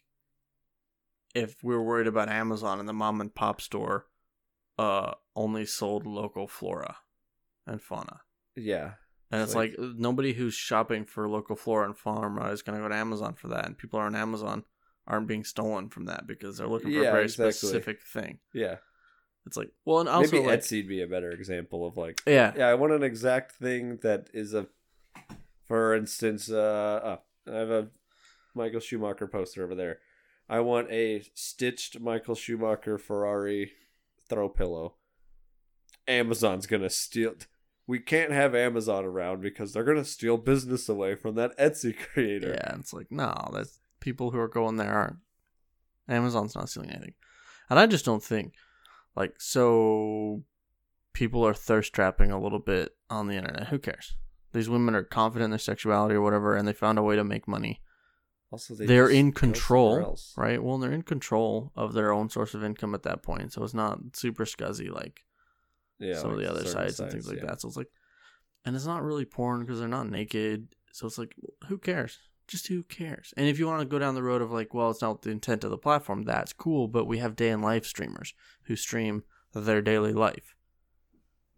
if we were worried about Amazon and the mom and pop store uh only sold local flora and fauna. yeah. And It's it's like, uh, nobody who's shopping for local flora and fauna is going to go to Amazon for that. And people on Amazon aren't being stolen from that because they're looking for Yeah, a very exactly. specific thing. Yeah. It's like, well, and also Maybe like, Etsy'd be a better example of like, yeah, yeah, I want an exact thing that is a, for instance, uh, oh, I have a Michael Schumacher poster over there. I want a stitched Michael Schumacher Ferrari throw pillow. Amazon's gonna steal. We can't have Amazon around because they're gonna steal business away from that Etsy creator. Yeah, and it's like, no, that's people who are going there aren't. Amazon's not stealing anything. And I just don't think like so people are thirst trapping a little bit on the internet. Who cares? These women are confident in their sexuality or whatever and they found a way to make money. Also, They are just in go somewhere control, else. Right? Well, they're in control of their own source of income at that point. So it's not super scuzzy like Yeah, some of like the other certain sites and things like yeah. that. So it's like, and it's not really porn because they're not naked. So it's like, who cares? just who cares? And if you want to go down the road of like, well, it's not the intent of the platform, that's cool, but we have day in life streamers who stream their daily life.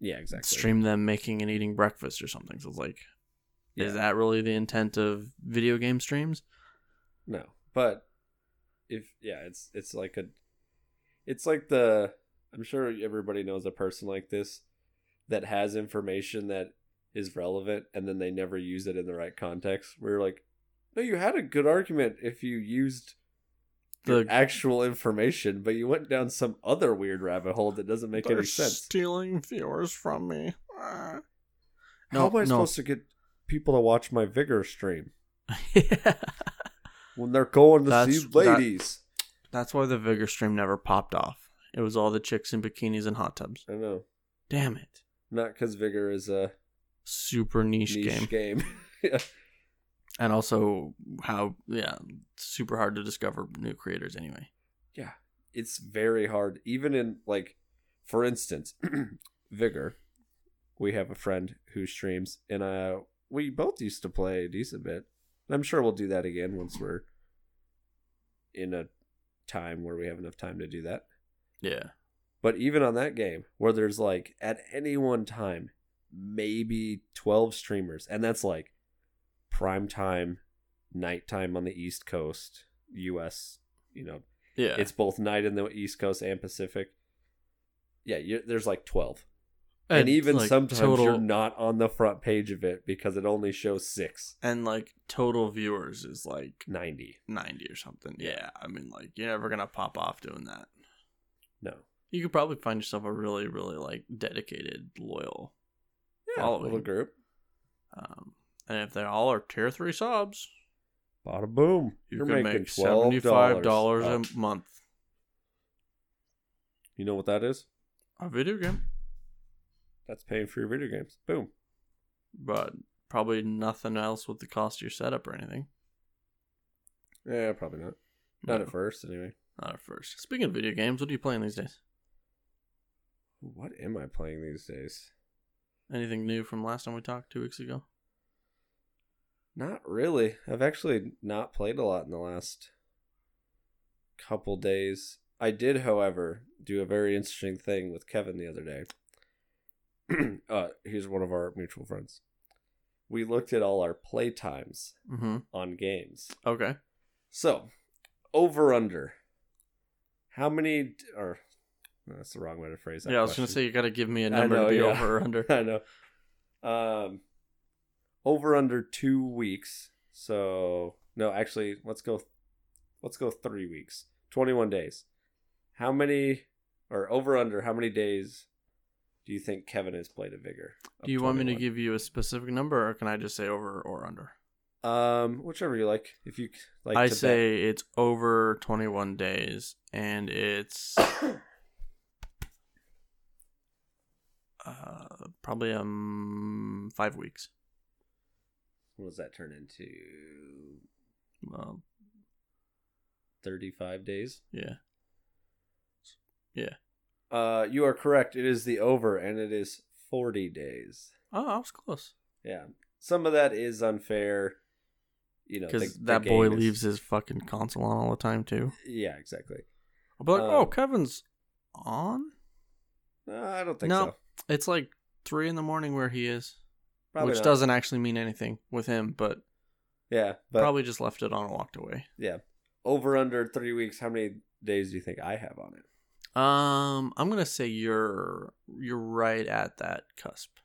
Yeah, exactly. Stream them making and eating breakfast or something. So it's like, is that really the intent of video game streams? No, but if yeah, it's it's like a, it's like the I'm sure everybody knows a person like this that has information that is relevant and then they never use it in the right context. We're like, no, you had a good argument if you used the The- actual information, but you went down some other weird rabbit hole that doesn't make any sense. stealing viewers from me. No, How am I no. supposed to get people to watch my vigor stream (laughs) yeah. when they're going to That's- see that- ladies? That's why the Vigor stream never popped off. It was all the chicks in bikinis and hot tubs. I know. Damn it. Not because vigor is a Super niche, game. niche game. yeah. And also how yeah, it's super hard to discover new creators anyway. it's very hard even in like for instance (clears throat) vigor we have a friend who streams and uh we both used to play a decent bit and i'm sure we'll do that again once we're in a time where we have enough time to do that Yeah. but even on that game where there's like at any one time maybe 12 streamers and that's like prime time nighttime on the east coast us you know Yeah. it's both night in the East Coast and Pacific. Yeah, you there's like twelve, and, even like, sometimes total, you're not on the front page of it because it only shows six and like total viewers is like ninety. 90 or something. Yeah, I mean like you're never going to pop off doing that. No, You could probably find yourself a really really like dedicated loyal yeah, Following. little group. um and if they all are tier 3 subs, Bada boom! you are can making make twelve $75 dollars. a month. You know what that is? A video game, That's paying for your video games. Boom. but probably nothing else with the cost of your setup or anything. Yeah, probably not. Not No, at first, anyway. Not at first. Speaking of video games, what are you playing these days? What am I playing these days? Anything new from last time we talked two weeks ago? Not really. I've actually not played a lot in the last couple days. I did, however, do a very interesting thing with Kevin the other day. (clears throat) uh, he's one of our mutual friends. We looked at all our play times Mm-hmm. on games. Okay. So, over under. How many? Or no, that's the wrong way to phrase that. yeah, I was gonna question. say you gotta give me a I number know, to be yeah. over or (laughs) under. I know. Um, over under two weeks. So no, actually, let's go. Let's go three weeks. Twenty-one days. How many or over under? How many days do you think Kevin has played a vigor? of Do you want me to 21? give you a specific number, or can I just say over or under? Um, whichever you like. If you like, I to bet. say it's over 21 days, and it's (coughs) uh, probably um five weeks. What does that turn into? Well, Thirty-five days. yeah, Uh, you are correct. It is the over, and it is forty days. oh, I was close Yeah, some of that is unfair. You know, the- because the that boy game is- leaves his fucking console on all the time too. Yeah, exactly. I'll be like, oh, Um, Kevin's on. No, Uh, I don't think No, so. It's like three in the morning where he is, Probably which not. doesn't actually mean anything with him, but, Yeah, but probably just left it on and walked away. over under three weeks. How many days do you think I have on it? Um, I'm gonna say you're you're right at that cusp,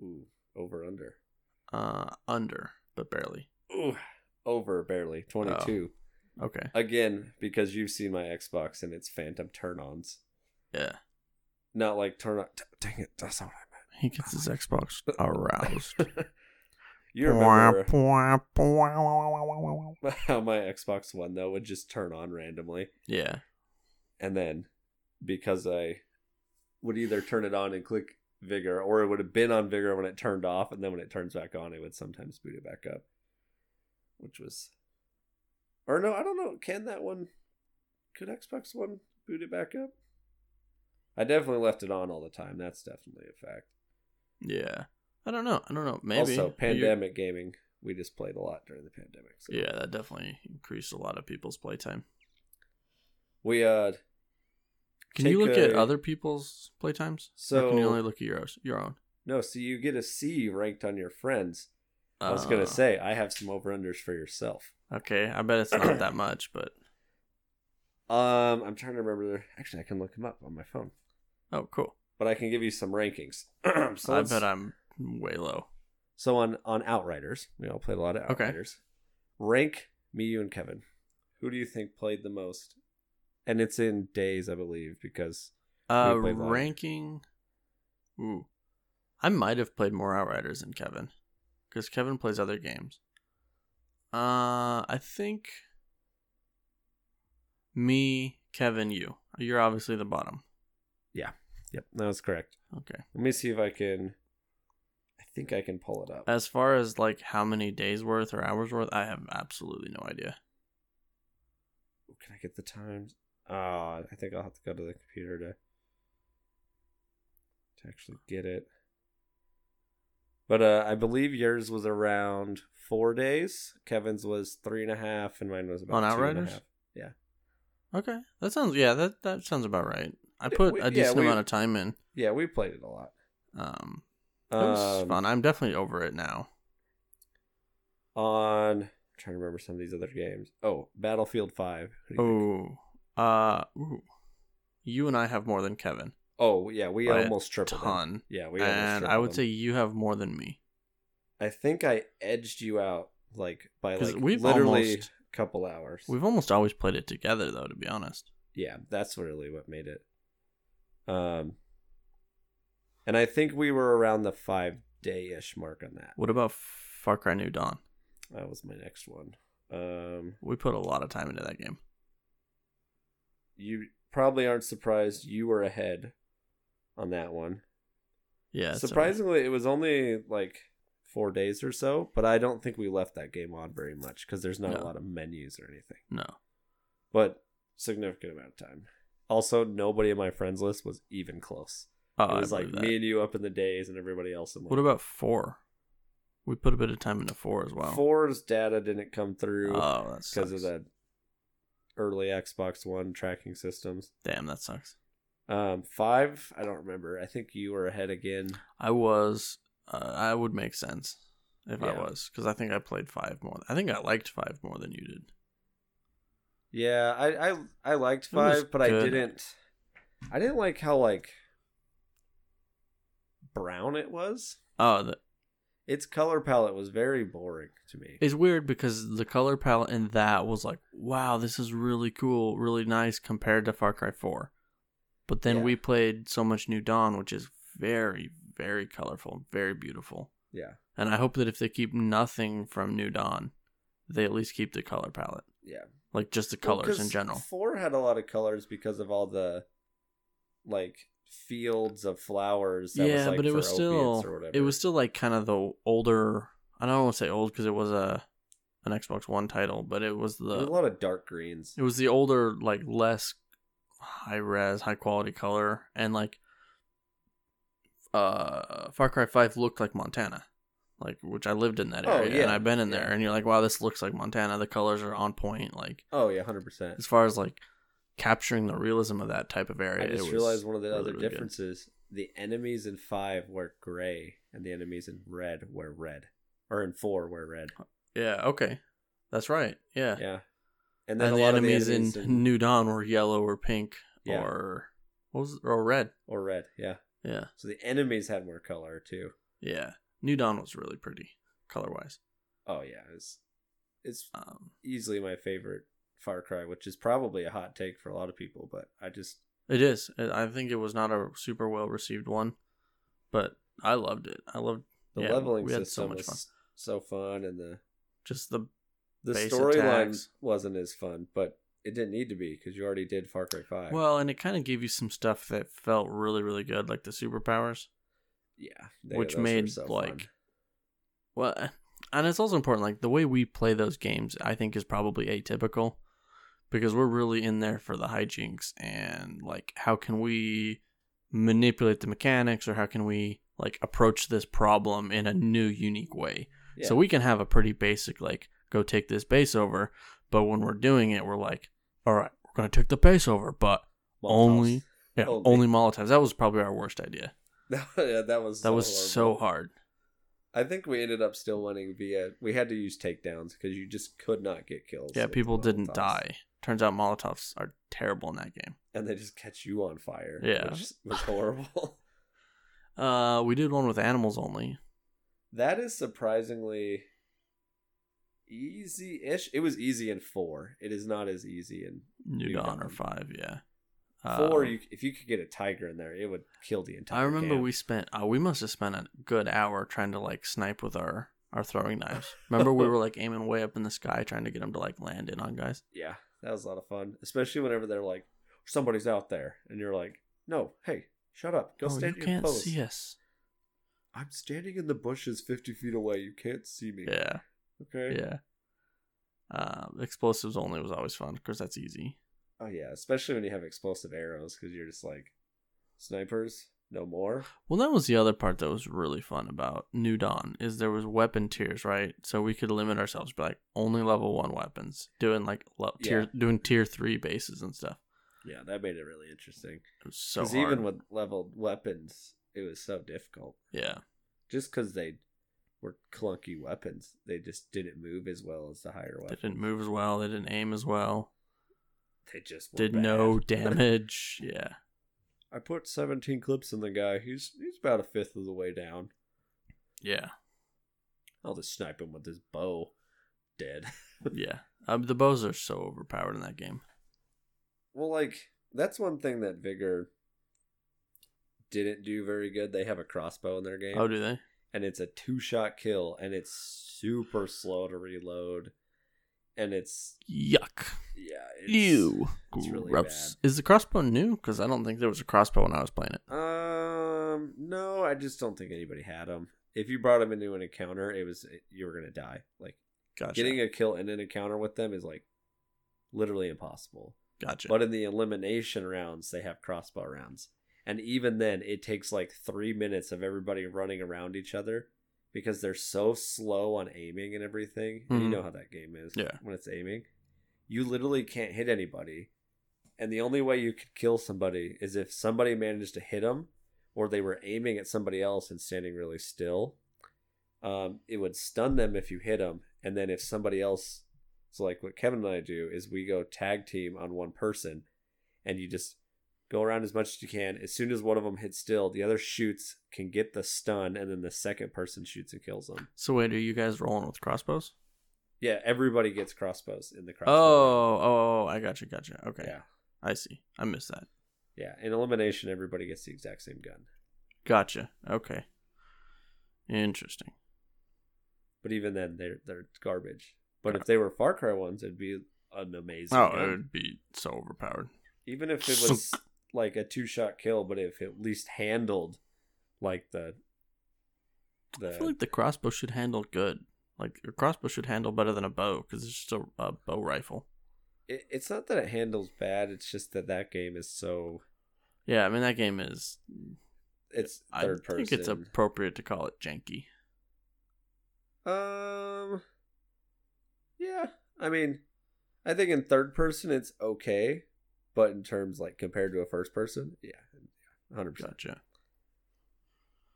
Ooh, over under. uh, under but barely. Ooh, over barely Oh. twenty-two. Okay, Again, because you've seen my Xbox and its phantom turn-ons. yeah, Not like turn on. d- Dang it, that's not what he gets his Xbox aroused. I meant. (laughs) you remember (laughs) how my Xbox One though would just turn on randomly. yeah, and then because I would either turn it on and click vigor or it would have been on vigor when it turned off and then when it turns back on it would sometimes boot it back up which was or no I don't know can that one could Xbox one boot it back up I definitely left it on all the time that's definitely a fact yeah. I don't know. I don't know. Maybe also Are you- pandemic gaming we just played a lot during the pandemic. So. Yeah, that definitely increased a lot of people's playtime. We uh Can you Take look at a- other people's playtimes? or so can you only look at your your own? no, so you get a C ranked on your friends. I was gonna Uh, say I have some over unders for yourself. Okay, I bet it's not that much, but Um, I'm trying to remember. Actually, I can look them up on my phone, oh, cool. but I can give you some rankings. (clears throat) so I let's- bet I'm way low. So on on Outriders, we all played a lot of Okay. Outriders. Rank me, you, and Kevin. Who do you think played the most? And it's in days, I believe, because Uh, played a lot. ranking. Ooh, I might have played more Outriders than Kevin, because Kevin plays other games. Uh, I think me, Kevin, you. You're obviously the bottom. yep, that was correct. Okay. Let me see if I can. I think I can pull it up. As far as like how many days worth or hours worth, I have absolutely no idea. can I get the times? Ah, I think I'll have to go to the computer to to actually get it. But uh, I believe yours was around four days. Kevin's was three and a half, and mine was about On two and a Outriders? half. Okay, that sounds yeah that that sounds about right. I Yeah, put we- a yeah, decent we- amount of time in. Yeah, we played it a lot. Um, it was Um, fun. I'm definitely over it now. On I'm trying to remember some of these other games. Oh, Battlefield Five. Who do you think? Oh, uh, ooh. you and I have more than Kevin, Oh, yeah, we By a almost tripled. them. ton, Yeah, we almost and tripled I would them. say you have more than me. I think I edged you out like by 'Cause like we've literally almost- a couple hours. We've almost always played it together, though. To be honest, yeah, that's really what made it. Um, and I think we were around the five day ish mark on that. what about Far Cry New Dawn? That was my next one. Um, We put a lot of time into that game. you probably aren't surprised you were ahead on that one. Yeah, it's a- Surprisingly, it was only like four days or so, but I don't think we left that game on very much because there's not No. a lot of menus or anything. No, But significant amount of time. Also, nobody in my friends list was even close. oh, it I was like believe that. me and you up in the days, and everybody else. In like, What about four? We put a bit of time into four as well. Four's data didn't come through Oh, that because of sucks. the early Xbox One tracking systems. Damn, that sucks. Um, five, I don't remember. I think you were ahead again. I was. Uh, I would make sense if I Yeah. was because I think I played five more. I think I liked five more than you did. Yeah, I I, I liked It was five, but I good. didn't. I didn't like how like brown it was. Oh, the, Its color palette was very boring to me. it's weird because the color palette in that was like, wow, this is really cool, really nice compared to Far Cry Four. But then Yeah. we played so much New Dawn, which is very, very colorful, very beautiful. yeah, And I hope that if they keep nothing from New Dawn, they at least keep the color palette, yeah. like just the Well, colors 'cause in general. Four had a lot of colors because of all the like fields of flowers. That was, Yeah, like, but it for was opiates still or whatever. it was still like kind of the older. I don't want to say old because it was a an Xbox One title, but it was There the was a lot of dark greens. It was the older, like less high res, high quality color, and like uh Far Cry Five looked like Montana, like which I lived in that Oh, area yeah, and I've been in yeah. there, and you're like, wow, this looks like Montana. The colors are on point. Like Oh yeah, hundred percent. as far as like capturing the realism of that type of area, I it just was realized one of the really, other really good. differences: the enemies in five were gray, and the enemies in red were red, or in four were red. Yeah. Okay. That's right. Yeah. Yeah, Uh, And, the, enemies in, New Dawn were yellow or pink Yeah. or what was or red. or red. Yeah, Yeah. so the enemies had more color too. Yeah. New Dawn was really pretty color wise. Oh yeah, it's it's Um, easily my favorite Far Cry, which is probably a hot take for a lot of people, but I just it is. I I think it was not a super well received one, but I loved it. I loved the Yeah, leveling we had so system much was fun. so fun, and the just the the Base storyline attacks. wasn't as fun, but it didn't need to be because you already did Far Cry Five. well, and it kind of gave you some stuff that felt really, really good, like the superpowers. yeah, they- which those were made, so like- fun. Well, and it's also important, like the way we play those games, I think is probably atypical because we're really in there for the hijinks and like how can we manipulate the mechanics or how can we like approach this problem in a new, unique way. Yeah. So we can have a pretty basic like go take this base over, but when we're doing it, we're like, all right, we're gonna take the base over, but Molotovs. only yeah, Only. only Molotovs. That was probably our worst idea. yeah, (laughs) that was That was so horrible. hard. I think we ended up still winning via we had to use takedowns because you just could not get kills. Yeah, with people didn't Molotovs. die. Turns out Molotovs are terrible in that game. and they just catch you on fire. Yeah. which was horrible. (laughs) Uh, we did one with animals only. that is surprisingly easy-ish. It was easy in four. It is not as easy in New New Dawn Dawn. or five, yeah. four. Um, You, if you could get a tiger in there, it would kill the entire. I remember camp. we spent. Uh, we must have spent a good hour trying to like snipe with our our throwing knives. Remember we were like aiming way up in the sky trying to get them to like land in on guys. Yeah, that was a lot of fun, especially whenever they're like, "Somebody's out there," and you're like, "No, hey, shut up, go oh, you stand in your can't post." see us. I'm standing in the bushes, fifty feet away. You can't see me. Yeah, Okay. yeah. Uh, explosives only was always fun because that's easy. Oh yeah, especially when you have explosive arrows because you're just like, snipers, no more. Well, that was the other part that was really fun about New Dawn is there was weapon tiers, right? So we could limit ourselves by like only level one weapons, doing like lo- tier doing tier three bases and stuff. Yeah, that made it really interesting. It was so Because hard. even with leveled weapons, it was so difficult. yeah, Just because they were clunky weapons, they just didn't move as well as the higher they weapons. didn't move as well. They didn't aim as well. They just were Did bad. (laughs) no damage. yeah, I put 17 clips in the guy. He's he's about a fifth of the way down. (laughs) yeah, I'll just snipe him with his bow. Dead. (laughs) yeah. Um, the bows are so overpowered in that game. Well, like that's one thing that Vigor didn't do very good. They have a crossbow in their game, Oh, do they? and it's a two-shot kill, and it's super slow to reload, and it's Yuck. yeah, it's, Ew. it's really Gross. Is the crossbow new? Because I don't think there was a crossbow when I was playing it. Um, no, I just don't think anybody had them. If you brought them into an encounter, it was you were gonna die. Like Gotcha. getting a kill in an encounter with them is like literally impossible. gotcha. But in the elimination rounds, they have crossbow rounds. And even then, it takes like three minutes of everybody running around each other because they're so slow on aiming and everything. And you Mhm. know how that game is Yeah. when it's aiming. You literally can't hit anybody. And the only way you could kill somebody is if somebody managed to hit them or they were aiming at somebody else and standing really still. Um, it would stun them if you hit them. And then if somebody else so like what Kevin and I do is we go tag team on one person and you just go around as much as you can. As soon as one of them hits still, the other shoots can get the stun and then the second person shoots and kills them. So wait, are you guys rolling with crossbows? Yeah, everybody gets crossbows in the crossbow. round. Oh, oh, oh, I gotcha, gotcha. Okay, Yeah. I see. I missed that. Yeah, in elimination everybody gets the exact same gun. Gotcha. Okay. Interesting. But even then they're they're garbage. But Yeah. if they were Far Cry ones, it'd be an amazing Oh, it gun. would be so overpowered. even if it was like a two shot kill, but if at least handled like the the I feel like the crossbow should handle good. Like a crossbow should handle better than a bow because it's just a, a bow rifle. it, it's not that it handles bad it's just that that game is so Yeah, I mean that game is. it's I third person think it's appropriate to call it janky. um yeah i mean i think in third person it's okay but in terms like compared to a first person yeah 100% Gotcha.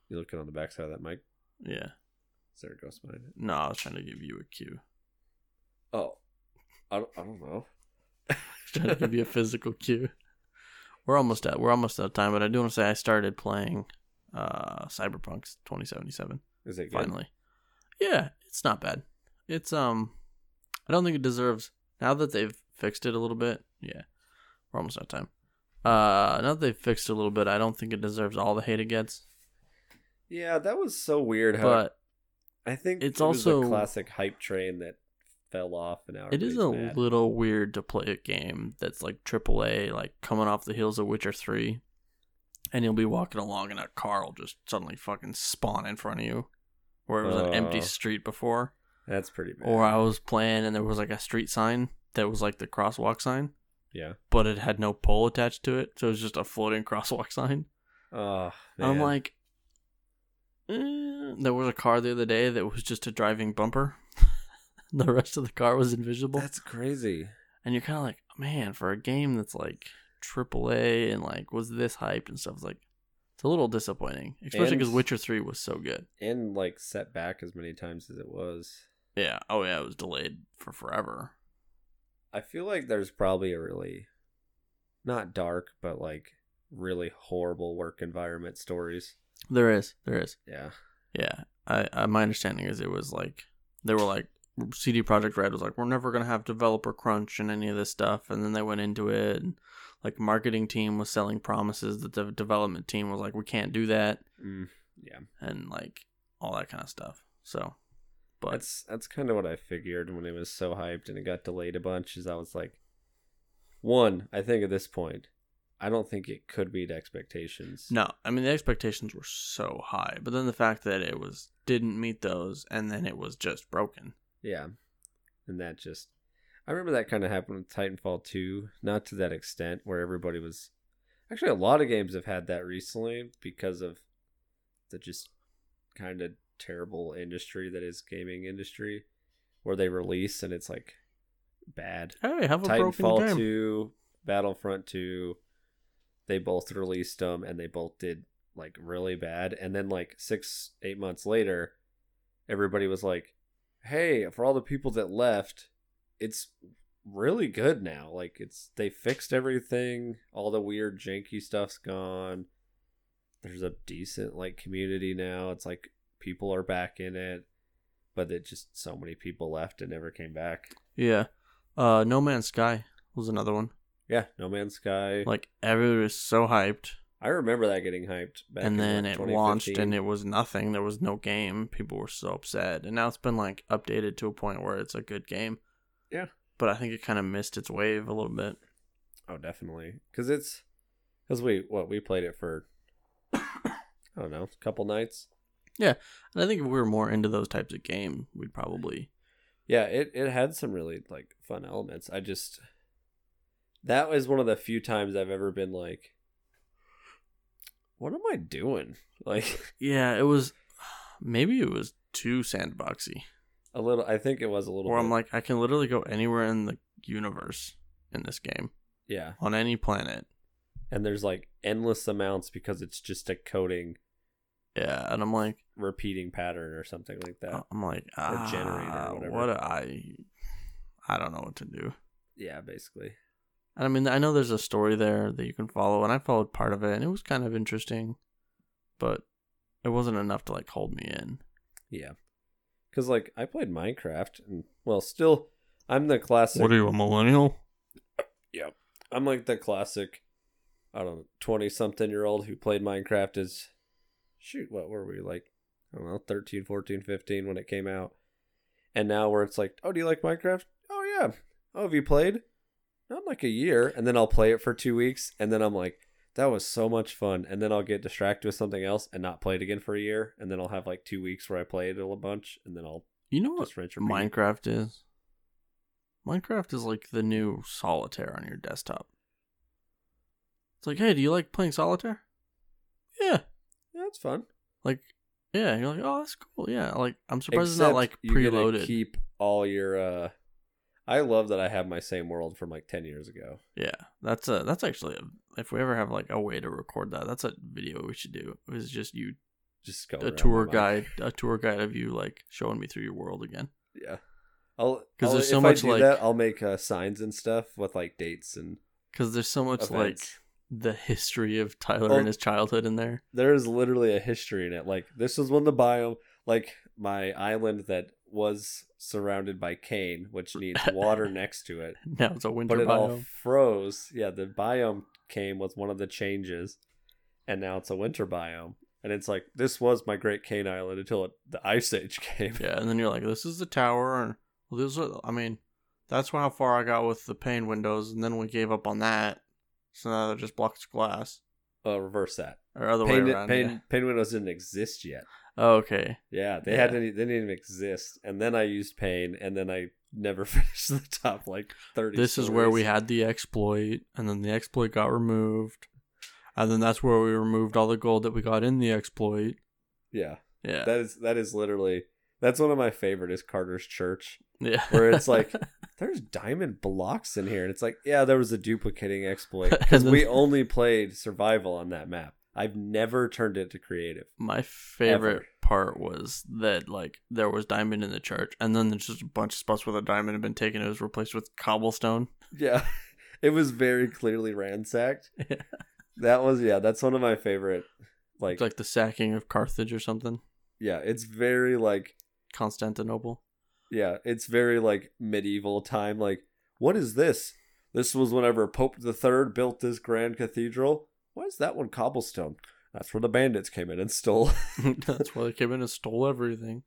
you looking on the backside of that mic Yeah. is there a ghost behind it No, I was trying to give you a cue. oh i don't, I don't know trying to give you a physical cue. We're almost out. We're almost out of time, but I do want to say I started playing uh Cyberpunk 2077 is it good? finally. Yeah, it's not bad. It's um I don't think it deserves now that they've fixed it a little bit. Yeah. We're almost out of time. Uh now that they've fixed it a little bit, I don't think it deserves all the hate it gets. yeah that was so weird how But i think it's it was also- a classic hype train that fell off and now It is a everybody's mad. little weird to play a game that's like AAA, like coming off the heels of Witcher 3, and you'll be walking along and a car will just suddenly fucking spawn in front of you, where it was an empty Uh. street before. that's pretty bad Or I was playing and there was like a street sign that was like the crosswalk sign, yeah but it had no pole (laughs) attached to it, so it was just a floating crosswalk sign. oh I'm man. like, "Eh, eh, there was a car the other day that was just a driving bumper. (laughs) the rest of the car was invisible. That's crazy. and you're kind of like, man, for a game that's like AAA and like was this hyped and stuff, it's like it's a little disappointing, especially And- because Witcher Three was so good. And like set back as many times as it was. Yeah. Oh yeah, it was delayed for forever. I feel like there's probably a really not dark, but like really horrible work environment stories. There is, there is. Yeah. Yeah. I, I my understanding is it was like they were like CD Project Red was like we're never gonna have developer crunch and any of this stuff, and then they went into it. And, like marketing team was selling promises that the development team was like we can't do that Mm, yeah. and like all that kind of stuff. So, but That's that's kind of what I figured when it was so hyped and it got delayed a bunch. Is I was like, one, I think at this point, I don't think it could meet expectations. No, I mean the expectations were so high, but then the fact that it was didn't meet those, and then it was just broken. Yeah. And that just I remember that kind of happened with Titanfall 2, not to that extent where everybody was Actually a lot of games have had that recently because of the just kind of terrible industry that is gaming industry where they release and it's like bad. Hey, have a broken Titanfall game. 2, Battlefront 2, they both released them and they both did like really bad. And then like six, eight months later, everybody was like, hey, for all the people that left, it's really good now. Like it's, they fixed everything. All the weird, janky stuff's gone. There's a decent like community now. It's like people are back in it. But it just so many people left and never came back. Yeah, uh, No Man's Sky was another one. Yeah, No Man's Sky. Like everybody was so hyped, I remember that getting hyped back and in, then like, it launched, 2015. and it was nothing. There was no game. People were so upset, and now it's been like updated to a point where it's a good game. Yeah. but I think it kind of missed its wave a little bit. oh definitely because it's because we what we played it for (coughs) I don't know a couple nights And I think if we were more into those types of game, we'd probably yeah it it had some really like fun elements I just that was one of the few times I've ever been like what am I doing (laughs) like Yeah, it was. (sighs) Maybe it was too sandboxy. a little I think it was a little Or I'm bit- like, I can literally go anywhere in the universe in this game, yeah on any planet. and there's like endless amounts because it's just a coding Yeah, and I'm like, repeating pattern or something like that I'm like, ah, generator or whatever. what do I, I don't know what to do. yeah basically And I mean, I know there's a story there that you can follow, and I followed part of it, and it was kind of interesting, but it wasn't enough to like hold me in. Yeah. Cause like I played Minecraft and well still I'm the classic you, a millennial? I'm like the classic I don't know, twenty something year old who played Minecraft as shoot, what were we like I don't know, 13, 14, 15 when it came out. And now where it's like, Oh, do you like Minecraft? Oh yeah. Oh, have you played? Not in, like a year, and then I'll play it for two weeks, and then I'm like, that was so much fun, and then I'll get distracted with something else and not play it again for a year, and then I'll have like two weeks where I play it a bunch, and then I'll You know what just rinse repeat. Minecraft is? Minecraft is like the new solitaire on your desktop. It's like, hey, do you like playing solitaire? Yeah. Yeah, it's fun. Like, yeah. You're like, oh, that's cool. Yeah. Like, I'm surprised it's not like you get to preloaded. keep all your. uh I love that I have my same world from like ten years ago. yeah. That's a. That's actually a. If we ever have like a way to record that, that's a video we should do. It's just you, Just go a tour guide, a tour guide of you like showing me through your world again. Yeah, I'll 'Cause I'll- there's so if much, I do like- that, I'll make uh, signs and stuff with like dates and Because there's so much events. like the history of Tyler Oh. and his childhood in there. (laughs) there is literally a history in it. Like this was when the biome, like my island that was surrounded by cane, which needs (laughs) water next to it, Now it's a winter but it all biome. froze. Yeah, the biome came with one of the changes, and now it's a winter biome. And it's like this was my Great Cane Island until it, the Ice Age (laughs) came. Yeah, and then you're like, this is the tower, and well, this is, I mean, that's how far I got with the pane windows, and then we gave up on that, so now they're just blocks of glass Uh, reverse that. or other Pain, way around. pain, yeah. pain windows didn't exist yet. Oh, okay, Yeah, they Yeah. hadn't. e, They didn't even exist. And then I used pain, and then I never (laughs) finished the top like thirty. this is where we stories. had the exploit, and then the exploit got removed, and then that's where we removed all the gold that we got in the exploit, Yeah, Yeah. That is that is literally that's one of my favorite is Carter's Church, (laughs) yeah. where it's (laughs) like there's diamond blocks in here, and it's like yeah, there was a duplicating (laughs) exploit And because then- we only played survival on that map. I've never turned it to creative. my favorite Ever. part was that like there was diamond in the church and then there's just a bunch of spots where the diamond had been taken it was replaced with cobblestone Yeah, (laughs) it was very clearly ransacked. (laughs) Yeah. That was yeah, that's one of my favorite. Like, it's like the sacking of carthage or something yeah, it's very like constantinople (laughs) yeah, it's very like medieval time. Like what is this? This was whenever Pope the Third built this grand cathedral. Why is that one cobblestone? That's where the bandits came in and stole. (laughs) that's why they came in and stole everything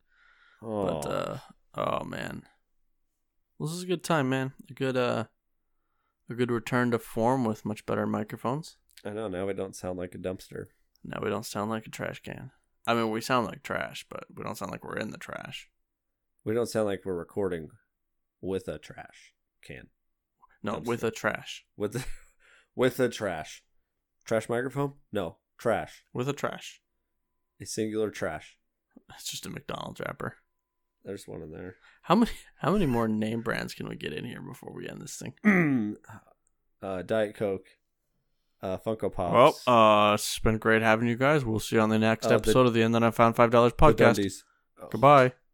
Oh, but uh oh man this is a good time man a good uh a good return to form with much better microphones I know now we don't sound like a dumpster. now we don't sound like a trash can i mean we sound like trash but we don't sound like we're in the trash We don't sound like we're recording with a trash can. no Dumpster. with a trash With (laughs) with a trash. Trash microphone? No, trash. with a trash (laughs) A singular trash. it's just a mcdonald's wrapper There's one in there. How many how many more name brands can we get in here before we end this thing? uh, Diet Coke, uh, Funko Well, Pops. uh, it's been great having you guys. We'll see you on the next Uh, the- episode of the End That I Found Five Dollars the podcast. Dundies. Goodbye.